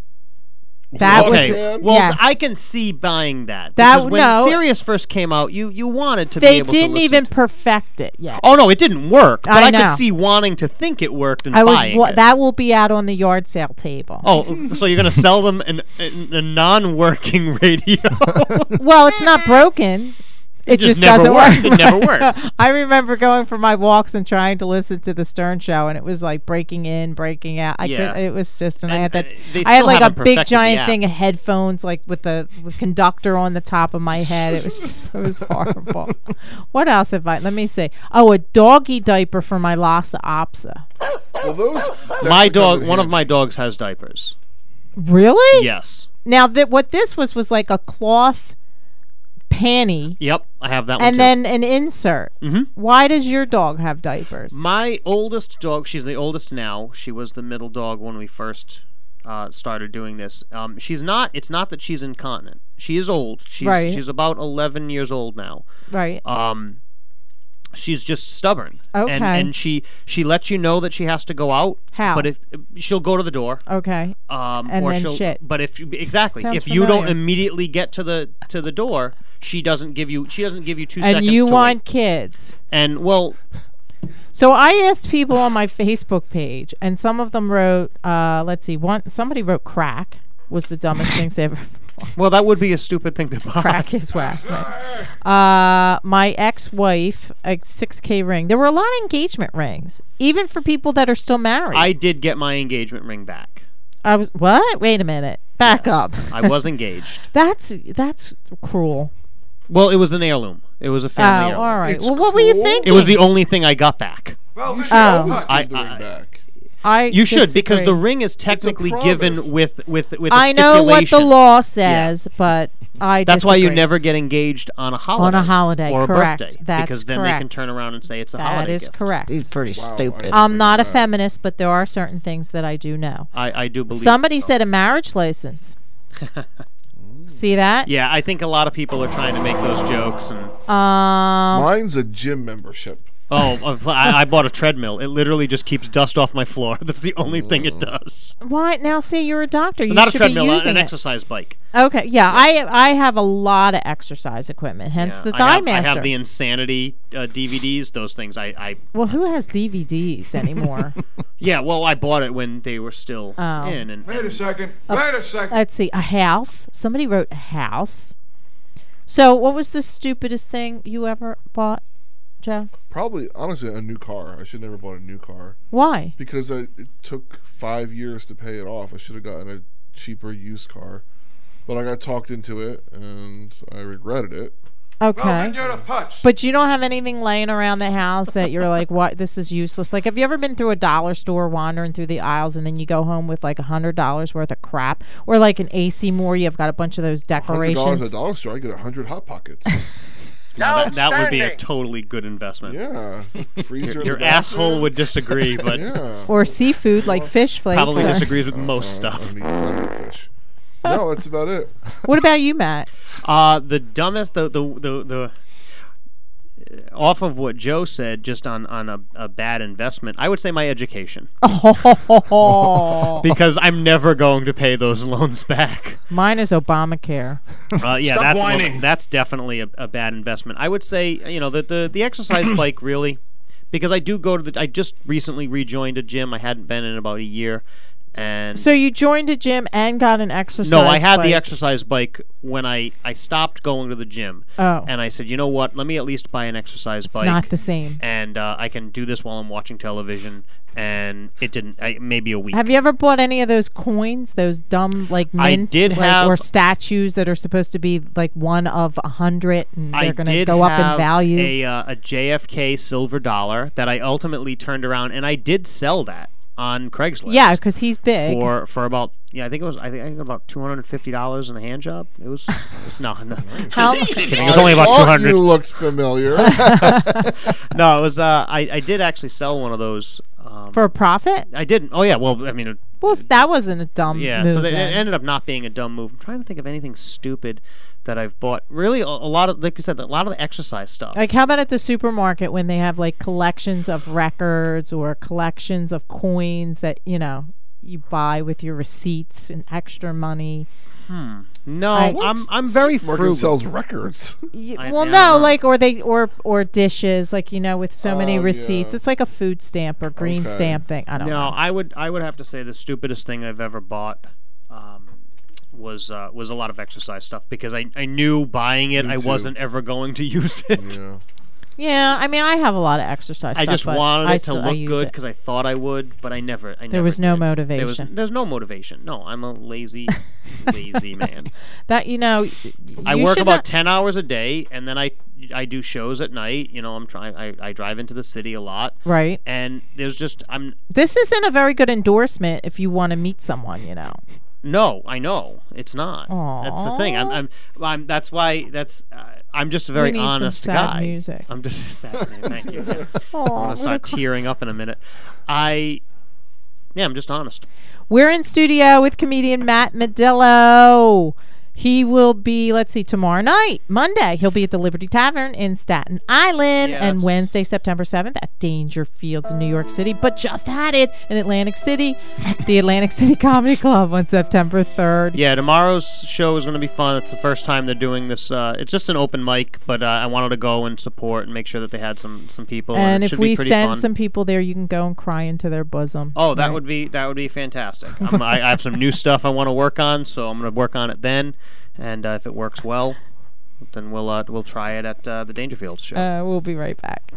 Speaker 1: That was
Speaker 7: okay.
Speaker 1: it.
Speaker 7: well.
Speaker 1: yes.
Speaker 7: I can see buying that.
Speaker 1: That-
Speaker 7: because when
Speaker 1: no.
Speaker 7: Sirius first came out, you you wanted to be
Speaker 1: they
Speaker 7: able
Speaker 1: didn't
Speaker 7: to listen.
Speaker 1: even perfect it yet.
Speaker 7: Oh no, it didn't work. But
Speaker 1: I
Speaker 7: I,
Speaker 1: know.
Speaker 7: could see wanting to think it worked and
Speaker 1: I was
Speaker 7: buying
Speaker 1: wa-
Speaker 7: it.
Speaker 1: that will be out on the yard sale table.
Speaker 7: Oh, so you're gonna sell them an, an, a non-working radio?
Speaker 1: well, it's not broken. It,
Speaker 7: It just never
Speaker 1: doesn't
Speaker 7: worked.
Speaker 1: work.
Speaker 7: It never worked.
Speaker 1: I remember going for my walks and trying to listen to the Stern Show, and it was like breaking in, breaking out. I
Speaker 7: Yeah. uh,
Speaker 1: could, it was just, and, I had that.
Speaker 7: they
Speaker 1: I had
Speaker 7: still
Speaker 1: like a
Speaker 7: haven't
Speaker 1: big
Speaker 7: perfected the
Speaker 1: giant
Speaker 7: app.
Speaker 1: thing of headphones, like with the with conductor on the top of my head. It was it was horrible. what else have I? Let me see. Oh, a doggy diaper for my Lhasa Apso.
Speaker 3: Well, those
Speaker 7: my
Speaker 3: definitely come
Speaker 7: dog,
Speaker 3: in
Speaker 7: one of
Speaker 3: handy.
Speaker 7: my dogs has diapers.
Speaker 1: Really?
Speaker 7: Yes.
Speaker 1: Now that what this was was like a cloth panty.
Speaker 7: Yep, I have that one.
Speaker 1: and
Speaker 7: too.
Speaker 1: then an insert.
Speaker 7: Mhm.
Speaker 1: Why does your dog have diapers?
Speaker 7: My oldest dog, she's the oldest now. She was the middle dog when we first uh, started doing this. Um, she's not. It's not that she's incontinent. She is old. She's
Speaker 1: Right.
Speaker 7: she's about eleven years old now.
Speaker 1: Right.
Speaker 7: Um, she's just stubborn. And,
Speaker 1: Okay.
Speaker 7: and she she lets you know that she has to go out.
Speaker 1: How?
Speaker 7: But if she'll go to the door.
Speaker 1: okay.
Speaker 7: Um,
Speaker 1: And
Speaker 7: or
Speaker 1: then
Speaker 7: she'll,
Speaker 1: shit.
Speaker 7: But if you- exactly,
Speaker 1: Sounds
Speaker 7: if you don't
Speaker 1: familiar.
Speaker 7: immediately get to the to the door, she doesn't give you she doesn't give you two
Speaker 1: And
Speaker 7: seconds.
Speaker 1: you
Speaker 7: to
Speaker 1: want
Speaker 7: wait.
Speaker 1: kids.
Speaker 7: and well,
Speaker 1: So I asked people on my Facebook page, and some of them wrote, uh, let's see, one somebody wrote crack was the dumbest things they ever.
Speaker 7: well, that would be a stupid thing to buy.
Speaker 1: Crack is whack. right. Uh, my ex-wife, a 6K ring. There were a lot of engagement rings, even for people that are still married.
Speaker 7: I did get my engagement ring back.
Speaker 1: I was what? Wait a minute. Back up.
Speaker 7: I was engaged.
Speaker 1: That's that's cruel.
Speaker 7: Well, it was an heirloom. It was a
Speaker 1: Oh,
Speaker 7: family
Speaker 1: all
Speaker 7: heirloom.
Speaker 1: right. well, what were you thinking?
Speaker 7: It was the only thing I got back.
Speaker 1: You should Oh. always
Speaker 7: I,
Speaker 3: give the ring
Speaker 7: I-
Speaker 3: back.
Speaker 1: I
Speaker 7: you should because the
Speaker 1: disagree.
Speaker 7: ring is technically
Speaker 3: promise.
Speaker 7: given with with with. a
Speaker 1: I know what the
Speaker 7: stipulation.
Speaker 1: law says, but I.
Speaker 7: That's why you
Speaker 1: disagree.
Speaker 7: never get engaged on a holiday.
Speaker 1: On a holiday,
Speaker 7: or
Speaker 1: correct.
Speaker 7: a birthday,
Speaker 1: That's
Speaker 7: because then they can
Speaker 1: correct.
Speaker 7: turn around and say it's a
Speaker 1: That
Speaker 7: holiday.
Speaker 1: is
Speaker 7: gift.
Speaker 1: correct.
Speaker 2: He's pretty stupid.
Speaker 7: Um,
Speaker 1: I'm not a feminist, but there are certain things that I do know.
Speaker 7: Uh, I, I do believe.
Speaker 1: Somebody said a marriage license. See that?
Speaker 7: Yeah, I think a lot of people are trying to make those jokes and.
Speaker 1: Um,
Speaker 3: Mine's a gym membership.
Speaker 1: Uh,
Speaker 7: Oh, I, I bought a treadmill. It literally just keeps dust off my floor. That's the only thing it does.
Speaker 1: why now? See, you're a doctor. You
Speaker 7: Not a
Speaker 1: Mm. should
Speaker 7: treadmill,
Speaker 1: be
Speaker 7: uh,
Speaker 1: using
Speaker 7: an
Speaker 1: it.
Speaker 7: exercise bike.
Speaker 1: Okay, yeah, I I have a lot of exercise equipment, hence
Speaker 7: Yeah,
Speaker 1: the
Speaker 7: I
Speaker 1: Thigh
Speaker 7: have,
Speaker 1: Master.
Speaker 7: I have the Insanity uh, DVDs. Those things. I, I.
Speaker 1: well, who has DVDs anymore?
Speaker 7: Yeah. Well, I bought it when they were still
Speaker 1: Oh.
Speaker 7: in. And,
Speaker 5: Wait a
Speaker 7: and-
Speaker 5: second.
Speaker 1: A-
Speaker 5: Wait a second.
Speaker 1: Let's see. A house. Somebody wrote a house. So, what was the stupidest thing you ever bought, Joe?
Speaker 3: Probably, honestly, a new car. I should never bought a new car
Speaker 1: Why?
Speaker 3: because I, it took five years to pay it off. I should have gotten a cheaper used car, but I got talked into it and I regretted it.
Speaker 1: Okay.
Speaker 5: then you're a putz.
Speaker 1: But you don't have anything laying around the house that you're like, what? This is useless. Like, have you ever been through a dollar store wandering through the aisles and then you go home with like a hundred dollars worth of crap, or like an AC Moore? You've got a bunch of those
Speaker 3: Hundred dollars at
Speaker 1: decorations.
Speaker 3: the dollar store, I get a hundred hot pockets.
Speaker 7: now that, that would be a totally good investment.
Speaker 3: yeah, freezer.
Speaker 7: Your,
Speaker 3: in
Speaker 7: your
Speaker 3: the
Speaker 7: asshole would disagree, but
Speaker 3: bathroom.
Speaker 1: Or seafood, like fish flakes.
Speaker 7: probably
Speaker 1: or-
Speaker 7: disagrees with most
Speaker 3: Yeah, I
Speaker 7: stuff.
Speaker 3: need plenty of fish. No, that's about it.
Speaker 1: What about you, Matt?
Speaker 7: Uh, the dumbest, the the the. the off of what Joe said, just on on a, a bad investment, I would say my education
Speaker 1: Oh,
Speaker 7: because I'm never going to pay those loans back.
Speaker 1: mine is Obamacare.
Speaker 7: Uh, yeah,
Speaker 15: Stop
Speaker 7: that's one-
Speaker 15: whining.
Speaker 7: that's definitely a, a bad investment. I would say you know the the, the exercise bike really, because I do go to the. I just recently rejoined a gym. I hadn't been in about a year, and
Speaker 1: So you joined a gym and got an exercise.
Speaker 7: no, I had the
Speaker 1: bike.
Speaker 7: exercise bike when I I stopped going to the gym.
Speaker 1: Oh.
Speaker 7: and I said, you know what? Let me at least buy an exercise
Speaker 1: It's
Speaker 7: bike.
Speaker 1: not the same.
Speaker 7: and uh, I can do this while I'm watching television. And it didn't. I, maybe a week.
Speaker 1: Have you ever bought any of those coins, those dumb like
Speaker 7: I
Speaker 1: mints,
Speaker 7: did
Speaker 1: like,
Speaker 7: have-
Speaker 1: or statues that are supposed to be like one of a hundred, and
Speaker 7: I
Speaker 1: they're going to
Speaker 7: did
Speaker 1: go up
Speaker 7: have
Speaker 1: in value?
Speaker 7: A, uh, a JFK silver dollar that I ultimately turned around and I did sell that on Craigslist.
Speaker 1: Yeah, because he's big.
Speaker 7: for for about yeah, I think it was I think, I think about two hundred and fifty dollars in a hand job. It was it's no, no.
Speaker 1: How-
Speaker 7: Just kidding. It was only
Speaker 3: I
Speaker 7: about two
Speaker 3: thought
Speaker 7: hundred.
Speaker 3: You looked familiar.
Speaker 7: no, it was uh, I I did actually sell one of those. Um,
Speaker 1: For a profit?
Speaker 7: I didn't. Oh yeah, well I mean. It,
Speaker 1: Well, that wasn't a dumb
Speaker 7: yeah,
Speaker 1: move.
Speaker 7: so they, it
Speaker 1: then.
Speaker 7: ended up not being a dumb move. I'm trying to think of anything stupid that I've bought. Really, a, a lot of like you said, a lot of the exercise stuff.
Speaker 1: like how about at the supermarket when they have like collections of records or collections of coins that you know you buy with your receipts and extra money.
Speaker 7: Hmm. No,
Speaker 1: I-
Speaker 7: I'm I'm very
Speaker 8: Morgan
Speaker 7: frugal.
Speaker 8: sells records.
Speaker 1: Y-
Speaker 7: I-
Speaker 1: well,
Speaker 7: yeah,
Speaker 1: no,
Speaker 7: I know.
Speaker 1: like or they or or dishes, like you know, with so many
Speaker 7: Oh, yeah.
Speaker 1: receipts, it's like a food stamp or green stamp thing. I don't
Speaker 7: no,
Speaker 1: know.
Speaker 7: I would I would have to say the stupidest thing I've ever bought um, was uh, was a lot of exercise stuff because I, I knew buying it
Speaker 8: Me
Speaker 7: I
Speaker 8: too.
Speaker 7: wasn't ever going to use it.
Speaker 1: Yeah, I mean, I have a lot of exercise.
Speaker 7: I
Speaker 1: stuff,
Speaker 7: just
Speaker 1: but
Speaker 7: wanted
Speaker 1: I
Speaker 7: it to
Speaker 1: still- I
Speaker 7: look
Speaker 1: use
Speaker 7: good
Speaker 1: it.
Speaker 7: because I thought I would, but I never. I
Speaker 1: There
Speaker 7: never
Speaker 1: was no
Speaker 7: did. There was-
Speaker 1: motivation.
Speaker 7: there's no motivation. No, I'm a lazy, lazy man.
Speaker 1: That you know,
Speaker 7: I
Speaker 1: you
Speaker 7: work
Speaker 1: should
Speaker 7: about
Speaker 1: not-
Speaker 7: ten hours a day, and then I I do shows at night. You know, I'm trying. I, I drive into the city a lot.
Speaker 1: Right.
Speaker 7: And there's just I'm
Speaker 1: This isn't a very good endorsement if you want to meet someone, you know.
Speaker 7: no. I know it's not. That's the thing. I'm I'm, I'm that's why that's uh, I'm just a
Speaker 1: We
Speaker 7: very
Speaker 1: need some
Speaker 7: honest
Speaker 1: sad
Speaker 7: guy.
Speaker 1: music.
Speaker 7: I'm just sad. man, Thank you. I
Speaker 1: Aw,
Speaker 7: want
Speaker 1: what a
Speaker 7: to start
Speaker 1: cr-
Speaker 7: tearing up in a minute. I yeah, I'm just honest.
Speaker 1: We're in studio with comedian Matt Medillo. He will be, let's see, tomorrow night, Monday. He'll be at the Liberty Tavern in Staten Island and
Speaker 15: Yes.
Speaker 1: Wednesday, September 7th at Danger Fields in New York City, but just had it in Atlantic City, the Atlantic City Comedy Club on September 3rd.
Speaker 7: Yeah, tomorrow's show is going to be fun. It's the first time they're doing this. Uh, it's just an open mic, but uh, I wanted to go and support and make sure that they had some some people. And,
Speaker 1: and
Speaker 7: it
Speaker 1: if
Speaker 7: should
Speaker 1: we
Speaker 7: be pretty
Speaker 1: send
Speaker 7: fun.
Speaker 1: some people there, you can go and cry into their bosom.
Speaker 7: oh, that
Speaker 1: Right.
Speaker 7: would be that would be fantastic. I'm, I, I have some new stuff I want to work on, so I'm going to work on it then. And uh, if it works well, then we'll uh, we'll try it at uh, the Dangerfield show.
Speaker 1: Uh, we'll be right back.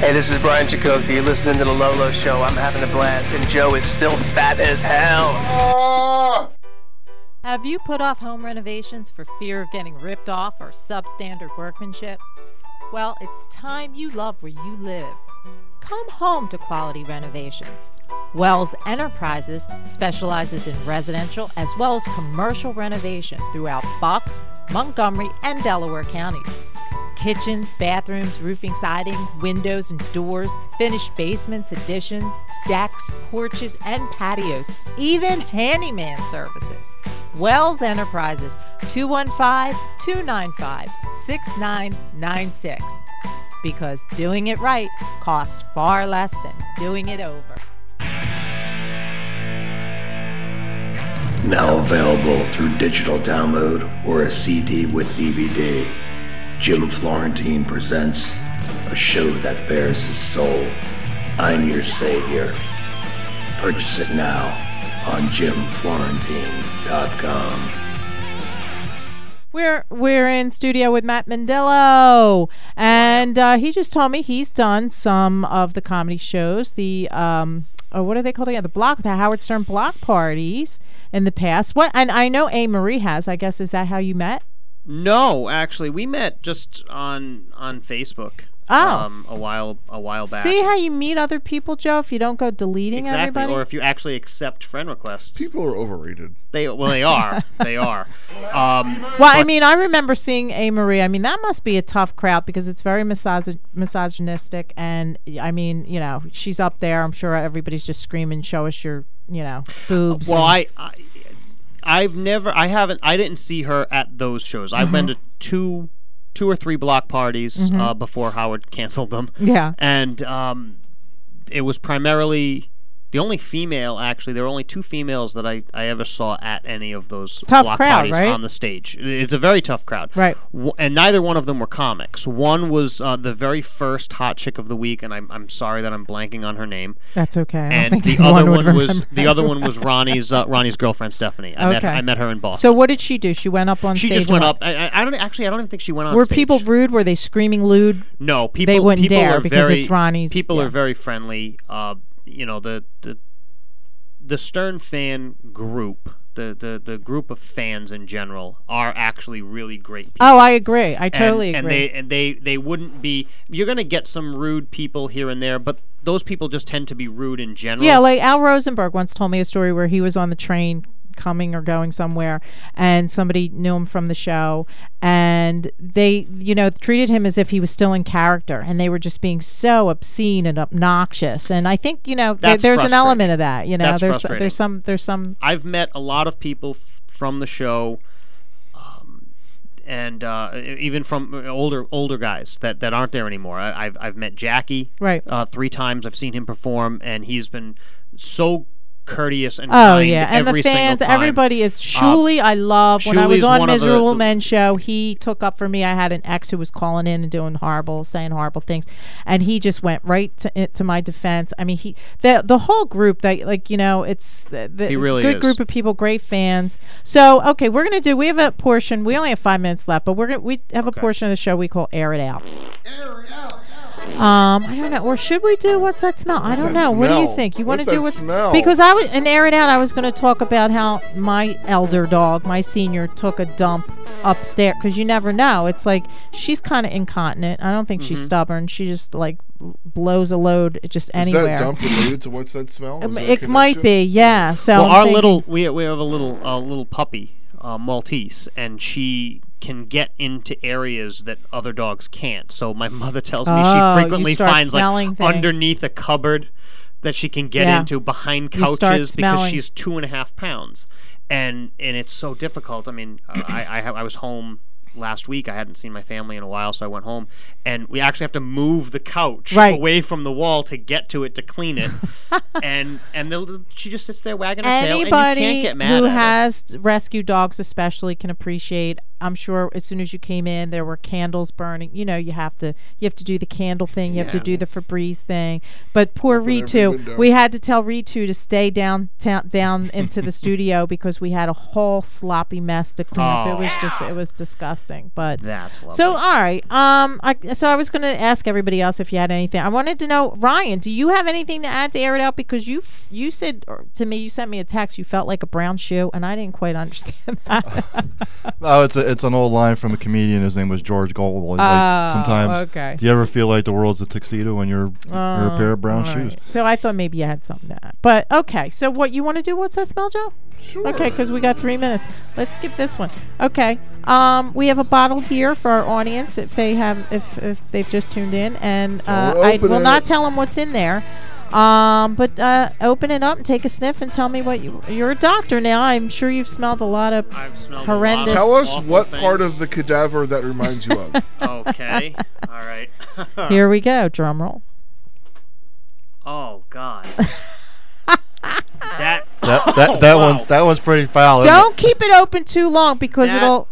Speaker 16: Hey, this is Brian Jacoby. You're listening to The Lolo Show. I'm having a blast, and Joe is still fat as hell.
Speaker 1: Have you put off home renovations for fear of getting ripped off or substandard workmanship? Well, it's time you love where you live. Come home to quality renovations. Wells Enterprises specializes in residential as well as commercial renovation throughout Bucks, Montgomery, and Delaware counties. Kitchens, bathrooms, roofing siding, windows and doors, finished basements, additions, decks, porches, and patios, even handyman services. Wells Enterprises, 215 295 6996. Because doing it right costs far less than doing it over.
Speaker 17: Now available through digital download or a CD with DVD, Jim Florentine presents a show that bears his soul. I'm your savior. Purchase it now on jimflorentine.com.
Speaker 1: We're we're in studio with Matt Mandello, and uh, he just told me he's done some of the comedy shows. The um, oh, what are they called again? The block, the Howard Stern block parties in the past. What? And I know A Marie has. I guess is that how you met?
Speaker 7: No, actually, we met just on on Facebook.
Speaker 1: Oh.
Speaker 7: um, a while a while back.
Speaker 1: See how you meet other people, Joe, if you don't go deleting
Speaker 7: exactly,
Speaker 1: everybody.
Speaker 7: or if you actually accept friend requests.
Speaker 3: People are overrated.
Speaker 7: They well, they are. they are. Um,
Speaker 1: well, I
Speaker 7: but-
Speaker 1: mean, I remember seeing A Marie. I mean, that must be a tough crowd because it's very misog- misogynistic, and I mean, you know, she's up there. I'm sure everybody's just screaming, "Show us your, you know, boobs."
Speaker 7: Well,
Speaker 1: and-
Speaker 7: I, I, I've never, I haven't, I didn't see her at those shows. I've
Speaker 1: Mm-hmm.
Speaker 7: been to two, two or three block parties
Speaker 1: Mhm.
Speaker 7: uh, before Howard canceled them.
Speaker 1: Yeah.
Speaker 7: and um, it was primarily the only female. Actually, there were only two females that I, I ever saw at any of those
Speaker 1: tough
Speaker 7: block
Speaker 1: crowd,
Speaker 7: parties
Speaker 1: right?
Speaker 7: on the stage. It's a very tough crowd.
Speaker 1: Right.
Speaker 7: W- and neither one of them were comics. One was uh, the very first hot chick of the week, and I'm, I'm sorry that I'm blanking on her name.
Speaker 1: That's okay. I don't
Speaker 7: And
Speaker 1: think
Speaker 7: the
Speaker 1: anyone
Speaker 7: other
Speaker 1: would
Speaker 7: one was
Speaker 1: remember.
Speaker 7: the other one was Ronnie's uh, Ronnie's girlfriend Stephanie. I met I met her in Boston.
Speaker 1: So what did she do? She went up on
Speaker 7: she
Speaker 1: stage.
Speaker 7: just went
Speaker 1: and-
Speaker 7: up. I, I- I don't actually. I don't even think she went on.
Speaker 1: Were
Speaker 7: stage.
Speaker 1: people rude? Were they screaming lewd?
Speaker 7: No, people.
Speaker 1: They wouldn't
Speaker 7: people
Speaker 1: dare
Speaker 7: are
Speaker 1: because
Speaker 7: very,
Speaker 1: it's Ronnie's.
Speaker 7: People are very friendly. Uh, you know the the the Stern fan group, the the the group of fans in general are actually really great. people.
Speaker 1: Oh, I agree. I totally
Speaker 7: and,
Speaker 1: agree.
Speaker 7: And they and they they wouldn't be. You're gonna get some rude people here and there, but those people just tend to be rude in general.
Speaker 1: Yeah, like Al Rosenberg once told me a story where he was on the train coming or going somewhere and somebody knew him from the show and they you know treated him as if he was still in character and they were just being so obscene and obnoxious and i think you know there,
Speaker 7: That's
Speaker 1: there's an
Speaker 7: frustrating.
Speaker 1: element of that you know
Speaker 7: That's
Speaker 1: there's
Speaker 7: frustrating.
Speaker 1: there's some there's some
Speaker 7: I've met a lot of people f- from the show, um, and uh, e- even from older older guys that, that aren't there anymore. I, I've I've met Jackie
Speaker 1: Right.
Speaker 7: uh, three times. I've seen him perform, and he's been so courteous and
Speaker 1: Oh
Speaker 7: kind
Speaker 1: yeah, and
Speaker 7: every
Speaker 1: the
Speaker 7: single
Speaker 1: fans,
Speaker 7: time.
Speaker 1: everybody is.
Speaker 7: Uh,
Speaker 1: Shuli, I love. When I was
Speaker 7: Shuli's
Speaker 1: on
Speaker 7: one of the-
Speaker 1: Miserable
Speaker 7: the-
Speaker 1: Men show, he took up for me. I had an ex who was calling in and doing horrible, saying horrible things, and he just went right to, eh, to my defense. I mean, he the the whole group that like you know, it's the, the
Speaker 7: He really
Speaker 1: good
Speaker 7: is.
Speaker 1: group of people, great fans. So okay, we're gonna do. We have a portion. We only have five minutes left, but we're gonna we have a portion of the show we call air it out. Um, I don't know, or should we do what's that smell? I don't
Speaker 3: that
Speaker 1: know. What do you
Speaker 3: smell?
Speaker 1: think? You want to
Speaker 3: What's that
Speaker 1: do what's
Speaker 3: smell?
Speaker 1: because I was and air it out. I was going to talk about how my elder dog, my senior, took a dump upstairs because you never know. It's like she's kind of incontinent. I don't think she's
Speaker 7: Mm-hmm.
Speaker 3: Mhm.
Speaker 1: stubborn. She just like blows a load just
Speaker 3: Is
Speaker 1: anywhere.
Speaker 3: that dump related to what's that smell? Is
Speaker 1: Um,
Speaker 3: there a
Speaker 1: it might
Speaker 3: connection?
Speaker 1: be, yeah. So
Speaker 7: well,
Speaker 1: I'm
Speaker 7: our
Speaker 1: thinking-
Speaker 7: little we we have a little uh, little puppy uh, Maltese, and she can get into areas that other dogs can't. So my mother tells me
Speaker 1: Oh,
Speaker 7: she
Speaker 1: you
Speaker 7: frequently
Speaker 1: start
Speaker 7: finds
Speaker 1: smelling
Speaker 7: like
Speaker 1: things.
Speaker 7: underneath a cupboard that she can get
Speaker 1: Yeah.
Speaker 7: into behind
Speaker 1: You start
Speaker 7: couches because
Speaker 1: smelling.
Speaker 7: she's two and a half pounds, and and it's so difficult. I mean, uh, I I, ha- I was home. Last week, I hadn't seen my family in a while, so I went home, and we actually have to move the couch
Speaker 1: Right.
Speaker 7: away from the wall to get to it to clean it. and and the, she just sits there wagging her tail, and you
Speaker 1: Anybody
Speaker 7: can't get mad
Speaker 1: who
Speaker 7: at her.
Speaker 1: has rescue dogs, especially, can appreciate. I'm sure as soon as you came in, there were candles burning. You know, you have to you have to do the candle thing. You have to
Speaker 7: Yeah.
Speaker 1: do the Febreze thing. But poor
Speaker 7: Open every
Speaker 1: Ritu,
Speaker 7: window.
Speaker 1: we had to tell Ritu to stay down down, down into the studio because we had a whole sloppy mess to clean up.
Speaker 7: Oh.
Speaker 1: It was just it was disgusting. But
Speaker 7: That's lovely.
Speaker 1: so all right. Um, I, so I was going to ask everybody else if you had anything. I wanted to know, Ryan, do you have anything to add to air it out? Because you f- you said or to me, you sent me a text. You felt like a brown shoe, and I didn't quite understand that.
Speaker 15: No, Oh, it's a, it's an old line from a comedian. His name was George Gold. He's like,
Speaker 1: Oh,
Speaker 15: sometimes,
Speaker 1: okay.
Speaker 15: do you ever feel like the world's a tuxedo when you're you're a pair of brown
Speaker 1: Oh, all
Speaker 15: shoes?
Speaker 1: right. So I thought maybe you had something to add. But okay. So what you want to do? What's that smell, Joe? Sure. Okay, because we got three minutes. Let's skip this one. Okay. Um, we have a bottle here for our audience if they have if, if they've just tuned in, and uh,
Speaker 18: Don't
Speaker 1: I
Speaker 18: open
Speaker 1: will
Speaker 18: it.
Speaker 1: not tell them what's in there. Um, but uh, open it up and take a sniff and tell me what you. You're a doctor now. I'm sure you've smelled a lot of horrendous.
Speaker 3: Tell us what part of the cadaver that reminds you of.
Speaker 7: okay, all right.
Speaker 1: Here we go. Drum roll.
Speaker 7: Oh God. that oh,
Speaker 15: That that, that
Speaker 7: wow.
Speaker 15: one's that one's pretty foul. isn't it?
Speaker 1: Don't keep it open too long because
Speaker 7: That-
Speaker 1: it'll.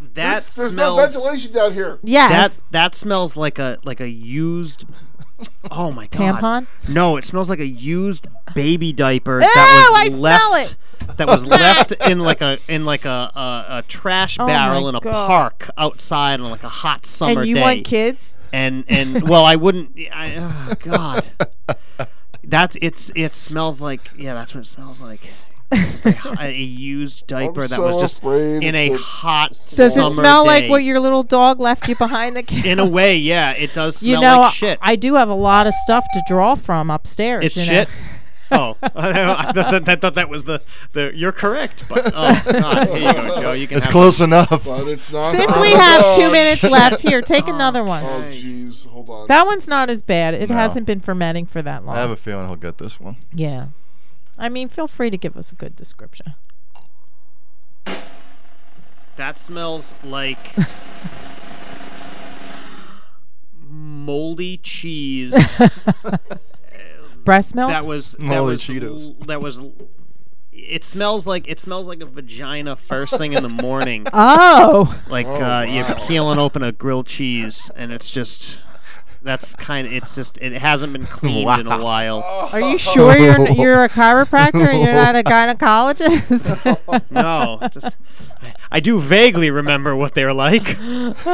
Speaker 7: that
Speaker 3: There's- there's no
Speaker 7: smells.
Speaker 3: ventilation down here.
Speaker 1: Yes.
Speaker 7: That that smells like a like a used. Oh my god.
Speaker 1: Tampon?
Speaker 7: No, it smells like a used baby diaper
Speaker 1: Ew,
Speaker 7: that
Speaker 1: I
Speaker 7: was
Speaker 1: smell
Speaker 7: left.
Speaker 1: it.
Speaker 7: That was left in like a in like a a, a trash
Speaker 1: Oh my
Speaker 7: barrel in a
Speaker 1: God.
Speaker 7: park outside on like a hot summer
Speaker 1: and you
Speaker 7: day.
Speaker 1: want kids?
Speaker 7: and and well, I wouldn't. I, oh God, that's it's it smells like yeah, that's what it smells like. Just a, a used diaper that was
Speaker 1: so
Speaker 7: just in a hot
Speaker 1: Does
Speaker 7: summer
Speaker 1: it smell
Speaker 7: day.
Speaker 1: like what your little dog left you behind the kitchen?
Speaker 7: In a way, yeah, it does smell
Speaker 1: you know,
Speaker 7: like shit.
Speaker 1: I do have a lot of stuff to draw from upstairs.
Speaker 7: It's
Speaker 1: you know.
Speaker 7: shit. oh, I thought, that- that- thought that was the, the. You're correct, but oh god, here you go, Joe. You can.
Speaker 15: It's
Speaker 7: have
Speaker 15: close
Speaker 7: it.
Speaker 15: enough.
Speaker 3: But it's not
Speaker 1: Since
Speaker 3: on
Speaker 1: we
Speaker 15: Oh,
Speaker 3: the
Speaker 1: have two
Speaker 3: dog.
Speaker 1: minutes left, here, take another one.
Speaker 3: Oh, jeez. Hold on.
Speaker 1: That one's not as bad. It
Speaker 15: No.
Speaker 1: hasn't been fermenting for that long.
Speaker 15: I have a feeling he'll get this one.
Speaker 1: yeah. I mean, feel free to give us a good description.
Speaker 7: That smells like moldy cheese.
Speaker 1: Breast milk?
Speaker 7: That was that
Speaker 15: Moldy
Speaker 7: was,
Speaker 15: Cheetos.
Speaker 7: l- That was. l- It smells like it smells like a vagina first thing in the morning.
Speaker 1: Oh.
Speaker 7: like
Speaker 1: Oh,
Speaker 7: uh, you're peeling open a grilled cheese, and it's just that's kind of it's just it hasn't been cleaned in a
Speaker 15: Wow. Oh,
Speaker 7: while.
Speaker 1: Are you sure you're n- you're a chiropractor and you're not a gynecologist?
Speaker 7: no, just I, I do vaguely remember what they're like.
Speaker 1: well,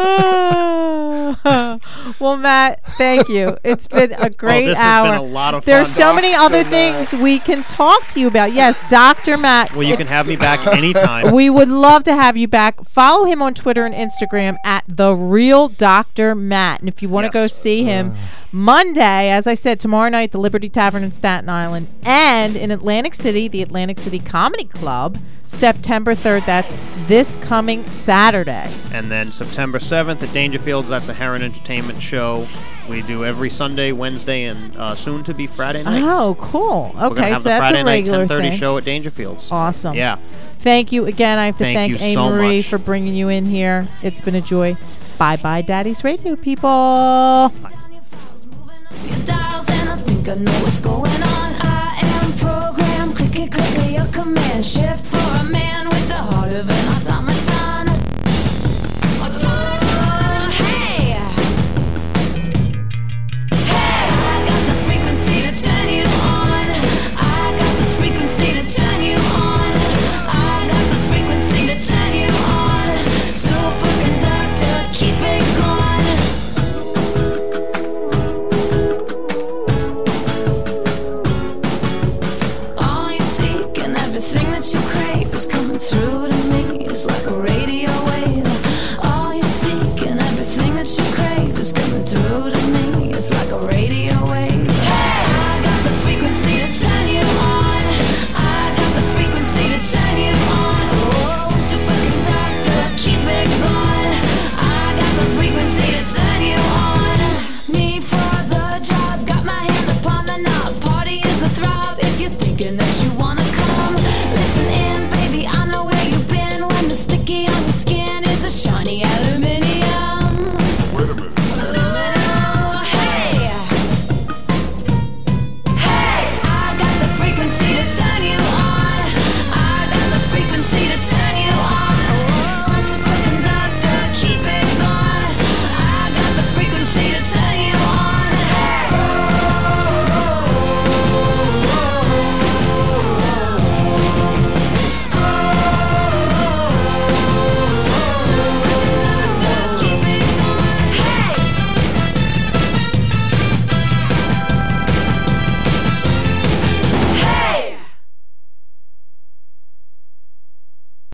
Speaker 1: Matt, thank you. It's been a great
Speaker 7: Oh, this has
Speaker 1: hour.
Speaker 7: been a lot of
Speaker 1: There's
Speaker 7: fun. uh,
Speaker 1: so many
Speaker 7: Dr.
Speaker 1: other
Speaker 7: Matt.
Speaker 1: things we can talk to you about. Yes, Dr. Matt.
Speaker 7: Well, you
Speaker 1: if-
Speaker 7: can have me back anytime.
Speaker 1: we would love to have you back. Follow him on Twitter and Instagram at the real Doctor Matt. And if you want to go see
Speaker 7: Uh.
Speaker 1: him Monday, as I said, tomorrow night, the Liberty Tavern in Staten Island, and in Atlantic City, the Atlantic City Comedy Club, September third. That's this coming Saturday.
Speaker 7: and then September 7th at Dangerfields. That's the Heron entertainment show. We do every Sunday, Wednesday, and uh, soon to be Friday nights.
Speaker 1: Oh, cool.
Speaker 7: We're gonna
Speaker 1: Okay,
Speaker 7: have
Speaker 1: so
Speaker 7: the
Speaker 1: that's
Speaker 7: Friday
Speaker 1: a
Speaker 7: night
Speaker 1: regular
Speaker 7: 10:30
Speaker 1: thing.
Speaker 7: show at Dangerfields.
Speaker 1: Awesome.
Speaker 7: Yeah.
Speaker 1: Thank you again. I have to
Speaker 7: Thank
Speaker 1: thank,
Speaker 7: you
Speaker 1: A.
Speaker 7: so
Speaker 1: Marie
Speaker 7: much.
Speaker 1: for bringing you in here. It's been a joy. Bye bye, Daddy's Radio people.
Speaker 4: your dials and I think I know what's going on. I am programmed, clicky clicky, your command shift for a man with the heart of an